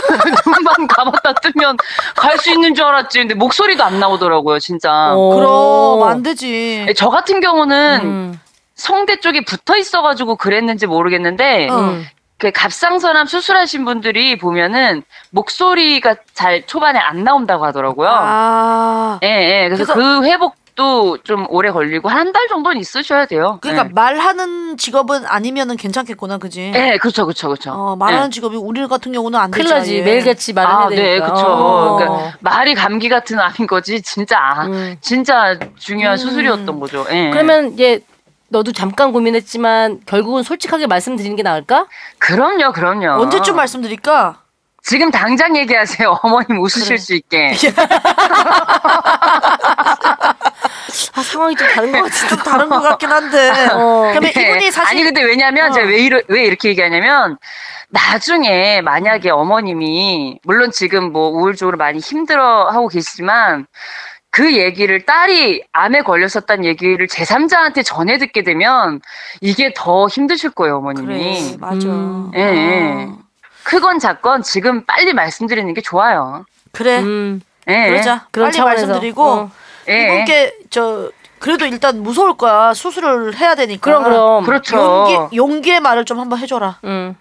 Speaker 13: 눈만 감았다 뜨면 갈 수 있는 줄 알았지. 근데 목소리도 안 나오더라고요,
Speaker 2: 어.
Speaker 13: 진짜.
Speaker 3: 그럼 안 되지.
Speaker 13: 예, 저 같은 경우는
Speaker 2: 음.
Speaker 13: 성대 쪽에 붙어 있어가지고 그랬는지 모르겠는데
Speaker 3: 어.
Speaker 13: 그 갑상선암 수술하신 분들이 보면은 목소리가 잘 초반에 안 나온다고 하더라고요.
Speaker 14: 아.
Speaker 13: 예, 예. 그래서,
Speaker 3: 그래서-
Speaker 13: 그 회복도 좀 오래 걸리고 한 달 정도는 있으셔야 돼요.
Speaker 3: 그러니까
Speaker 13: 예.
Speaker 3: 말하는 직업은 아니면은 괜찮겠구나, 그지?
Speaker 13: 예, 그렇죠, 그렇죠, 그렇죠.
Speaker 3: 어, 말하는
Speaker 13: 예.
Speaker 3: 직업이 우리 같은 경우는
Speaker 2: 그
Speaker 3: 안 되지.
Speaker 13: 큰일 나지. 매일같이 말을
Speaker 2: 아,
Speaker 13: 해야 되니까.
Speaker 3: 네,
Speaker 13: 어.
Speaker 3: 그쵸.
Speaker 13: 그러니까 말이 감기 같은 암인 거지. 진짜 아,
Speaker 2: 음.
Speaker 13: 진짜
Speaker 3: 음.
Speaker 13: 중요한 수술이었던 거죠. 예.
Speaker 2: 그러면 이제 너도 잠깐 고민했지만 결국은 솔직하게 말씀드리는 게 나을까?
Speaker 13: 그럼요, 그럼요.
Speaker 2: 언제쯤
Speaker 3: 말씀드릴까?
Speaker 13: 지금 당장 얘기하세요. 어머님 웃으실 수 있게.
Speaker 2: 아, 상황이 좀 다른 것 같아.
Speaker 3: 좀 다른 것 같긴 한데. 그러면
Speaker 13: 네.
Speaker 3: 이분이 사실 어.
Speaker 13: 아니 근데 왜냐면 제가 왜, 이러, 왜 이렇게 얘기하냐면 나중에 만약에
Speaker 3: 음.
Speaker 13: 어머님이 물론 지금 뭐 우울적으로 많이 힘들어하고 계시지만 그 얘기를 딸이 암에 걸렸었다는 얘기를 제3자한테 전해 듣게 되면 이게 더 힘드실 거예요 어머님이.
Speaker 3: 그래, 맞아. 음.
Speaker 13: 예, 예. 크건 작건 지금 빨리 말씀드리는 게 좋아요.
Speaker 3: 그래.
Speaker 13: 예.
Speaker 3: 그러자. 빨리 말씀드리고
Speaker 13: 예.
Speaker 3: 이분께 저 그래도 일단 무서울 거야. 수술을 해야 되니까.
Speaker 13: 그럼, 그럼. 그렇죠.
Speaker 3: 용기, 용기의 말을 좀 한번 해줘라.
Speaker 2: 음.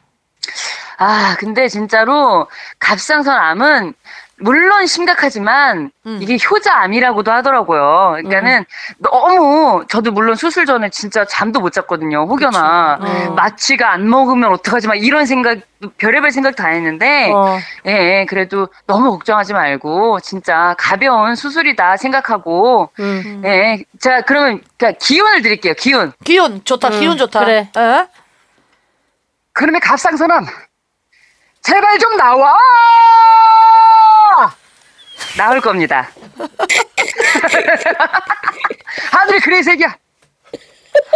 Speaker 13: 아, 근데 진짜로 갑상선암은 물론 심각하지만 이게 효자암이라고도 하더라고요. 그러니까는 너무 저도 물론 수술 전에 진짜 잠도 못 잤거든요. 혹여나 마취가 안 먹으면 어떡하지 막 이런 생각 별의별 생각 다 했는데
Speaker 2: 어.
Speaker 13: 예, 예, 그래도 너무 걱정하지 말고 진짜 가벼운 수술이다 생각하고
Speaker 2: 음.
Speaker 13: 예. 자, 그러면 그러니까 기운을 드릴게요. 기운.
Speaker 3: 기운 좋다. 기운 좋다.
Speaker 13: 음.
Speaker 3: 예?
Speaker 13: 그래.
Speaker 15: 그놈의 갑상선암 제발 좀 나와
Speaker 13: 나올 겁니다.
Speaker 15: 하늘이 그래 새끼야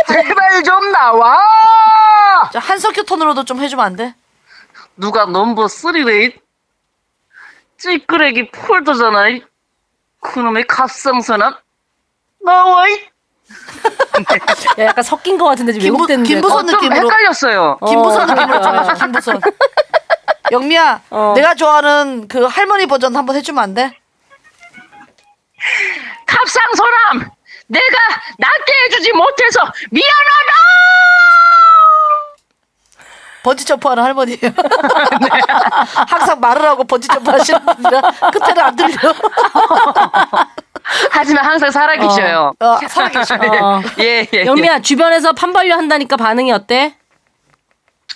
Speaker 15: 제발 좀 나와
Speaker 3: 자, 한석규 톤으로도 좀 해주면 안 돼?
Speaker 13: 누가 넘버 쓰리레이 찌끄레기 폴더잖아 이. 그놈의 갑상선암 나와 이.
Speaker 2: 야, 약간 섞인 것 같은데 지금
Speaker 13: 김부-
Speaker 2: 왜곡됐는데.
Speaker 13: 김부선 어, 좀 느낌으로. 헷갈렸어요.
Speaker 2: 김부선 느낌으로 좀 해줘,
Speaker 3: 김부선. 영미야, 내가 좋아하는 그 할머니 버전 한번 해주면 안 돼?
Speaker 13: 갑상선암 내가 낫게 해주지 못해서 미안하다.
Speaker 3: 번지점프 하는 할머니예요. 네. 항상 말을 하고 번지점프 하시는 분이라 끝에는 안 들려.
Speaker 13: 하지만 항상 살아계셔요.
Speaker 2: 어. 어, 살아계셔. 어.
Speaker 13: 예, 예.
Speaker 2: 영미야 주변에서 판벌려 한다니까 반응이 어때?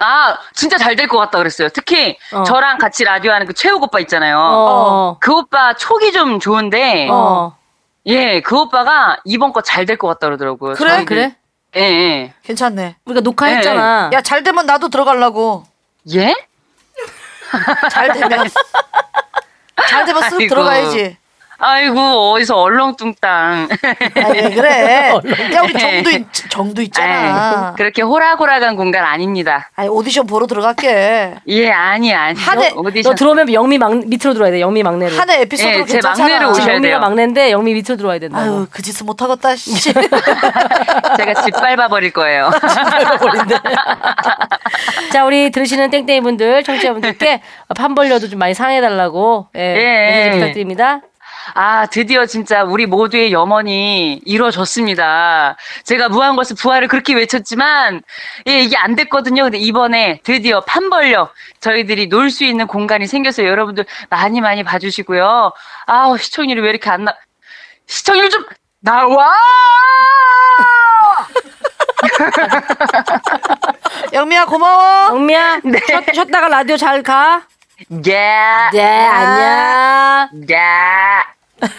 Speaker 13: 아, 진짜 잘 될 것 같다 그랬어요. 특히
Speaker 2: 어.
Speaker 13: 저랑 같이 라디오 하는 그 최욱 오빠 있잖아요.
Speaker 2: 어.
Speaker 13: 그 오빠 촉이 좀 좋은데,
Speaker 2: 어.
Speaker 13: 예, 그 오빠가 이번 거 잘 될 것 같다 그러더라고요.
Speaker 3: 그래?
Speaker 13: 저희들.
Speaker 3: 그래?
Speaker 13: 예, 예.
Speaker 3: 괜찮네.
Speaker 2: 우리가
Speaker 13: 녹화했잖아.
Speaker 3: 야, 잘 되면 나도 들어가려고.
Speaker 13: 예?
Speaker 3: 잘 되면. 잘 되면 쓱
Speaker 13: 아이고.
Speaker 3: 들어가야지.
Speaker 13: 아이고, 어디서 얼렁뚱땅.
Speaker 3: 아, 왜 그래? 야, 우리 정도, 있, 정도 있잖아.
Speaker 13: 에이, 예. 그렇게 호락호락한 공간 아닙니다.
Speaker 3: 아니, 오디션 보러 들어갈게.
Speaker 13: 예, 아니, 아니.
Speaker 3: 한해-
Speaker 13: 오디션.
Speaker 2: 너 들어오면 영미 막 밑으로 들어와야 돼. 영미 막내로.
Speaker 3: 한 해 에피소드로
Speaker 13: 예, 제 괜찮잖아. 막내로 오셔야
Speaker 2: 영미가
Speaker 13: 돼요.
Speaker 2: 막내인데 영미 밑으로 들어와야 된다.
Speaker 3: 아유, 그 짓은 못하겠다, 씨.
Speaker 13: 제가 짓밟아 버릴 거예요.
Speaker 2: 자, 우리 들으시는 땡땡이 분들, 청취자분들께 판벌려도 좀 많이 상해달라고 예,
Speaker 13: 예.
Speaker 2: 메시지 부탁드립니다.
Speaker 13: 아, 드디어 진짜 우리 모두의 염원이 이루어졌습니다. 제가 무한걸스 부활을 그렇게 외쳤지만, 예, 이게 안 됐거든요. 근데 이번에 드디어 판벌려 저희들이 놀 수 있는 공간이 생겨서 여러분들 많이 많이 봐주시고요. 아우, 시청률이 왜 이렇게 안 나, 시청률 좀 나와!
Speaker 3: 영미야, 고마워.
Speaker 2: 영미야,
Speaker 13: 네.
Speaker 2: 쉬었, 쉬었다가 라디오 잘 가. 아.
Speaker 13: 예.
Speaker 2: 네, 안녕.
Speaker 13: 야.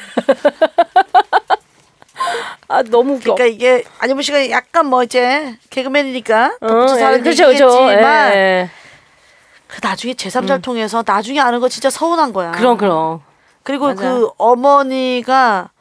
Speaker 2: 아 너무 웃겨.
Speaker 3: 그러니까 이게 안현무 씨가 약간 뭐 이제 개그맨이니까 덕후
Speaker 2: 예,
Speaker 3: 사는
Speaker 2: 그렇죠, 그렇죠.
Speaker 3: 얘기겠지만
Speaker 2: 예. 음.
Speaker 3: 그 나중에 제3자를 통해서 나중에 아는 거 진짜 서운한 거야.
Speaker 2: 그럼, 그럼.
Speaker 3: 그리고
Speaker 2: 맞아.
Speaker 3: 그 어머니가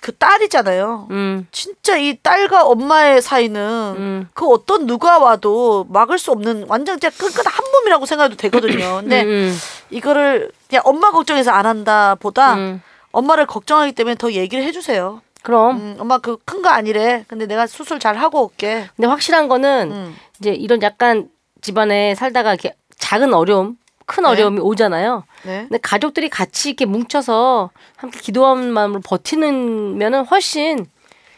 Speaker 3: 그 딸이잖아요.
Speaker 2: 음.
Speaker 3: 진짜 이 딸과 엄마의 사이는 그 어떤 누가 와도 막을 수 없는 완전 진짜 끈끈한 한 몸이라고 생각해도 되거든요. 근데
Speaker 2: 음, 음.
Speaker 3: 이거를 그냥 엄마 걱정해서 안 한다
Speaker 2: 아.
Speaker 3: 보다
Speaker 2: 음.
Speaker 3: 엄마를 걱정하기 때문에 더 얘기를 해주세요.
Speaker 2: 그럼.
Speaker 3: 엄마 그 큰 거 아니래. 근데 내가 수술 잘 하고 올게. 음.
Speaker 2: 근데 확실한 거는 이제 이런 약간 집안에 살다가 이렇게 작은 어려움, 큰
Speaker 3: 네.
Speaker 2: 어려움이 오잖아요.
Speaker 3: 네.
Speaker 2: 근데 가족들이 같이 이렇게 뭉쳐서 함께 기도하는 마음으로 버티면은 훨씬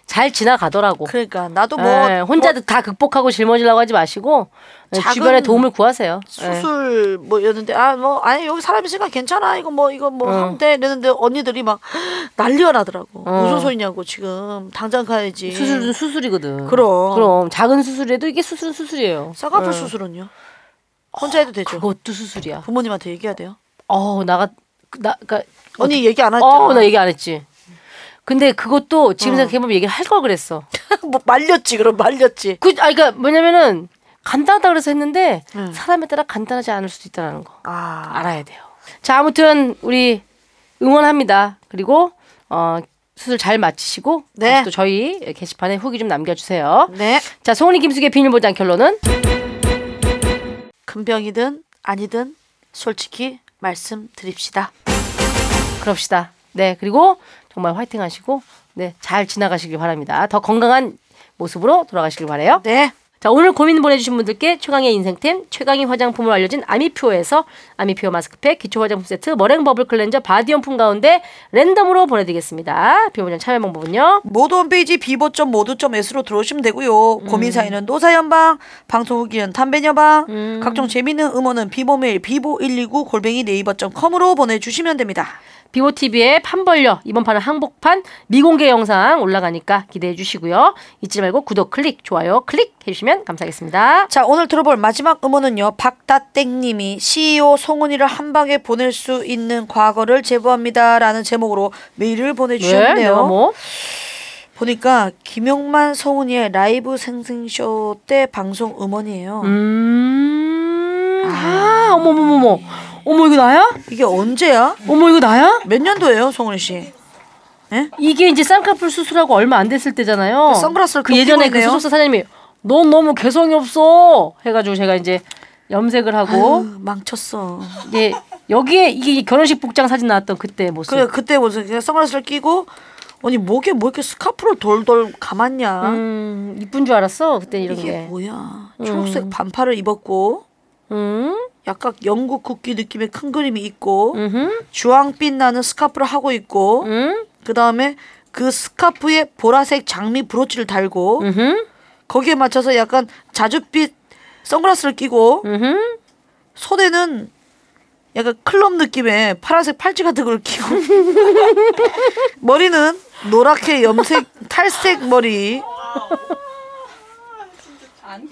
Speaker 2: 잘 지나가더라고.
Speaker 3: 그러니까 나도
Speaker 2: 뭐
Speaker 3: 뭐-
Speaker 2: 혼자
Speaker 3: 뭐-
Speaker 2: 다 극복하고 짊어지려고 하지 마시고 예,
Speaker 3: 작은
Speaker 2: 주변에 도움을 구하세요. 예.
Speaker 3: 수술 뭐였는데 아 뭐 아니 여기 사람 있으니까 괜찮아 이거 뭐 이거 뭐
Speaker 2: 어.
Speaker 3: 하면 돼 이랬는데 언니들이 막 난리가 나더라고
Speaker 2: 어.
Speaker 3: 무슨 소리냐고 지금 당장 가야지
Speaker 2: 수술은 수술이거든.
Speaker 3: 예. 그럼.
Speaker 2: 그럼 작은 수술에도 이게 수술은 수술이에요.
Speaker 3: 쌍꺼풀
Speaker 2: 예.
Speaker 3: 수술은요 혼자 해도 되죠
Speaker 2: 그것도 수술이야
Speaker 3: 부모님한테 얘기해야 돼요
Speaker 2: 어 나가 나 그러니까
Speaker 3: 언니 얘기 안 했잖아. 어.
Speaker 2: 어나 얘기 안 했지. 근데 그것도 지금 생각해보면 얘기를 할 걸 그랬어.
Speaker 3: 뭐 말렸지 그럼 말렸지.
Speaker 2: 그 아 그러니까 뭐냐면은 간단하다 그래서 했는데
Speaker 3: 네.
Speaker 2: 사람에 따라 간단하지 않을 수도 있다라는 거. 알아야 돼요. 자 아무튼 우리 응원합니다. 그리고 어 수술 잘 마치시고 다시 또 저희 게시판에 후기 좀 남겨주세요.
Speaker 3: 네.
Speaker 2: 자 송은이 김숙의 비밀보장 결론은
Speaker 3: 금병이든 아니든 솔직히 말씀드립시다
Speaker 2: 그럽시다. 네, 그리고 정말 화이팅 하시고, 네, 잘 지나가시길 바랍니다. 더 건강한 모습으로 돌아가시길 바래요
Speaker 3: 네.
Speaker 2: 자, 오늘 고민 보내주신 분들께 최강의 인생템, 최강의 화장품을 알려진 아미표에서 아미표 마스크팩, 기초 화장품 세트, 머랭 버블 클렌저, 바디용품 가운데 랜덤으로 보내드리겠습니다. 비오전 참여 방법은요.
Speaker 3: 모두 홈페이지 비보.모두.s로 모두 로 들어오시면 되고요. 고민 사연은 노사연방, 방송 후기는 탐배녀방, 각종 재미있는 음원은 비보메일 비보129 골뱅이 네이버.com으로 보내주시면 됩니다.
Speaker 2: 비보TV의 판벌려 이번 판은 항복판 미공개 영상 올라가니까 기대해 주시고요. 잊지 말고 구독 클릭, 좋아요 클릭 해주시면 감사하겠습니다.
Speaker 3: 자 오늘 들어볼 마지막 음원은요. 박다땡님이 CEO 송은이를 한 방에 보낼 수 있는 과거를 제보합니다라는 제목으로 메일을
Speaker 2: 네,
Speaker 3: 보내주셨는데요.
Speaker 2: 내가 뭐?
Speaker 3: 보니까 김용만 송은이의 라이브 생생쇼 때 방송 음원이에요.
Speaker 2: 아, 어머머머머. 어머 이거 나야?
Speaker 3: 이게 언제야?
Speaker 2: 어머 이거 나야?
Speaker 3: 몇 년도예요, 송은이 씨?
Speaker 2: 이게 이제 쌍꺼풀 수술하고 얼마 안 됐을 때잖아요.
Speaker 3: 그 선글라스를
Speaker 2: 그
Speaker 3: 또
Speaker 2: 예전에
Speaker 3: 끼고
Speaker 2: 그
Speaker 3: 있네요.
Speaker 2: 소속사 사장님이 넌 너무 개성이 없어 해가지고 제가 이제 염색을 하고
Speaker 3: 아유, 망쳤어.
Speaker 2: 예 여기에 이게 결혼식 복장 사진 나왔던 그때 모습.
Speaker 3: 그래 그때 무슨 그냥 선글라스를 끼고 아니 목에 뭐 이렇게 스카프를 돌돌 감았냐.
Speaker 2: 음 이쁜 줄 알았어 그때 이런
Speaker 3: 음, 이게 뭐-
Speaker 2: 게.
Speaker 3: 뭐야? 초록색 반팔을 입었고.
Speaker 2: 음
Speaker 3: 약간 영국 국기 느낌의 큰 그림이 있고 주황빛 나는 스카프를 하고 있고 그 다음에 그 스카프에 보라색 장미 브로치를 달고 거기에 맞춰서 약간 자줏빛 선글라스를 끼고 손에는 약간 클럽 느낌의 파란색 팔찌 같은 걸 끼고 머리는 노랗게 염색 탈색 머리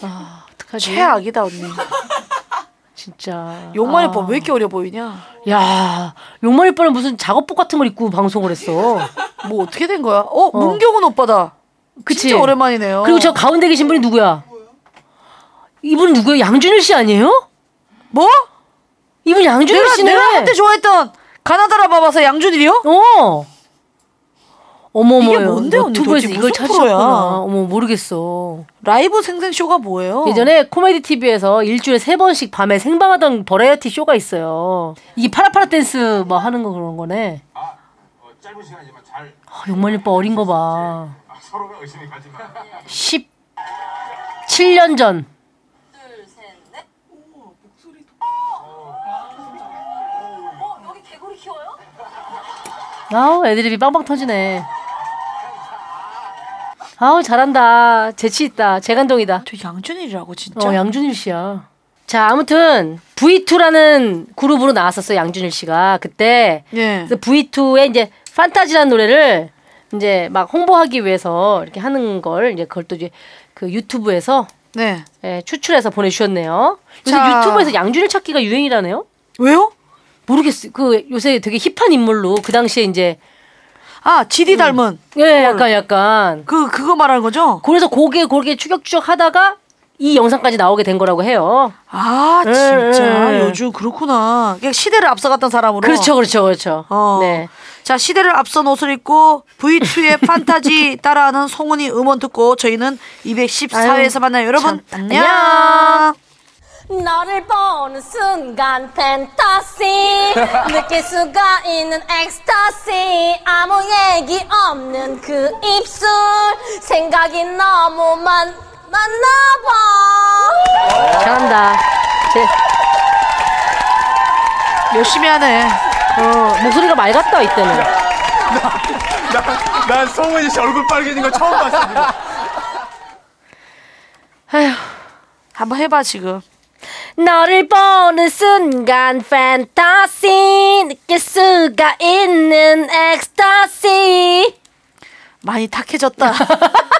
Speaker 2: 아, 어떡하지?
Speaker 3: 최악이다 언니
Speaker 2: 진짜.
Speaker 3: 욕만
Speaker 2: 아.
Speaker 3: 해봐 왜 이렇게 어려 보이냐
Speaker 2: 야, 욕만일 뻔한 무슨 작업복 같은 걸 입고 방송을 했어.
Speaker 3: 뭐 어떻게 된 거야? 어, 문경은 오빠다.
Speaker 2: 그치?
Speaker 3: 진짜 오랜만이네요.
Speaker 2: 그리고 저 가운데 계신 분이 누구야? 이분 누구야? 양준일 씨 아니에요?
Speaker 3: 뭐?
Speaker 2: 이분 양준일
Speaker 3: 내가-
Speaker 2: 씨네.
Speaker 3: 내가 한때 좋아했던 가나다라 바바사 양준일이요?
Speaker 2: 어. 어머머.
Speaker 3: 이게 뭔데 언니
Speaker 2: 유튜브에서
Speaker 3: 도대체
Speaker 2: 이걸
Speaker 3: 무슨
Speaker 2: 찾으셨구나.
Speaker 3: 프로야?
Speaker 2: 어머 모르겠어.
Speaker 3: 라이브 생생 쇼가 뭐예요?
Speaker 2: 예전에 코미디 TV에서 일주일에 세 번씩 밤에 생방하던 버라이어티 쇼가 있어요. 이게 파라파라 댄스 뭐 하는 거 그런 거네.
Speaker 16: 어,
Speaker 2: 아, 용만 일빠 어린 거 봐.
Speaker 16: 아, 서로가 의심이 가지만
Speaker 2: 17년 전. 아우 애드립이 빵빵 터지네. 아우 잘한다. 재치 있다. 재간동이다.
Speaker 3: 저 양준일이라고 진짜.
Speaker 2: 어 양준일 씨야. 자 아무튼 V2라는 그룹으로 나왔었어 요 양준일 씨가 그때
Speaker 3: 예.
Speaker 2: 그래서 V2의 이제 판타지라는 노래를 이제 막 홍보하기 위해서 이렇게 하는 걸 이제 그걸 또 이제 그 유튜브에서
Speaker 3: 네.
Speaker 2: 예, 추출해서 보내주셨네요. 요새
Speaker 3: 자.
Speaker 2: 유튜브에서 양준일 찾기가 유행이라네요.
Speaker 3: 왜요?
Speaker 2: 모르겠어요. 그 요새 되게 힙한 인물로 그 당시에 이제
Speaker 3: 아 GD 닮은 네.
Speaker 2: 예 약간 약간
Speaker 3: 그 그거 말하는 거죠?
Speaker 2: 그래서 고개 고개 추격추격 하다가 이 영상까지 나오게 된 거라고 해요.
Speaker 3: 아
Speaker 2: 예,
Speaker 3: 진짜
Speaker 2: 예, 예.
Speaker 3: 요즘 그렇구나. 그냥 시대를 앞서갔던 사람으로.
Speaker 2: 그렇죠 그렇죠 그렇죠.
Speaker 3: 어.
Speaker 2: 네.
Speaker 3: 자 시대를 앞선 옷을 입고 V2의 판타지 따라하는 송은이 음원 듣고 저희는 214회에서 만나요. 여러분
Speaker 17: 참.
Speaker 3: 안녕.
Speaker 17: 너를 보는 순간 펜타시 느낄 수가 있는 엑스터시 아무 얘기 없는 그 입술 생각이 너무 많 많나봐
Speaker 2: 잘한다.
Speaker 3: 열심히 하네.
Speaker 2: 어, 목소리가 맑았다 이때는.
Speaker 16: 나, 난 송은이 씨 얼굴 빨개진 거 처음 봤어 지금.
Speaker 2: 아휴.
Speaker 3: 한번 해봐 지금.
Speaker 17: 너를 보는 순간 펜타시 느낄 수가 있는 엑스터시
Speaker 3: 많이 탁해졌다.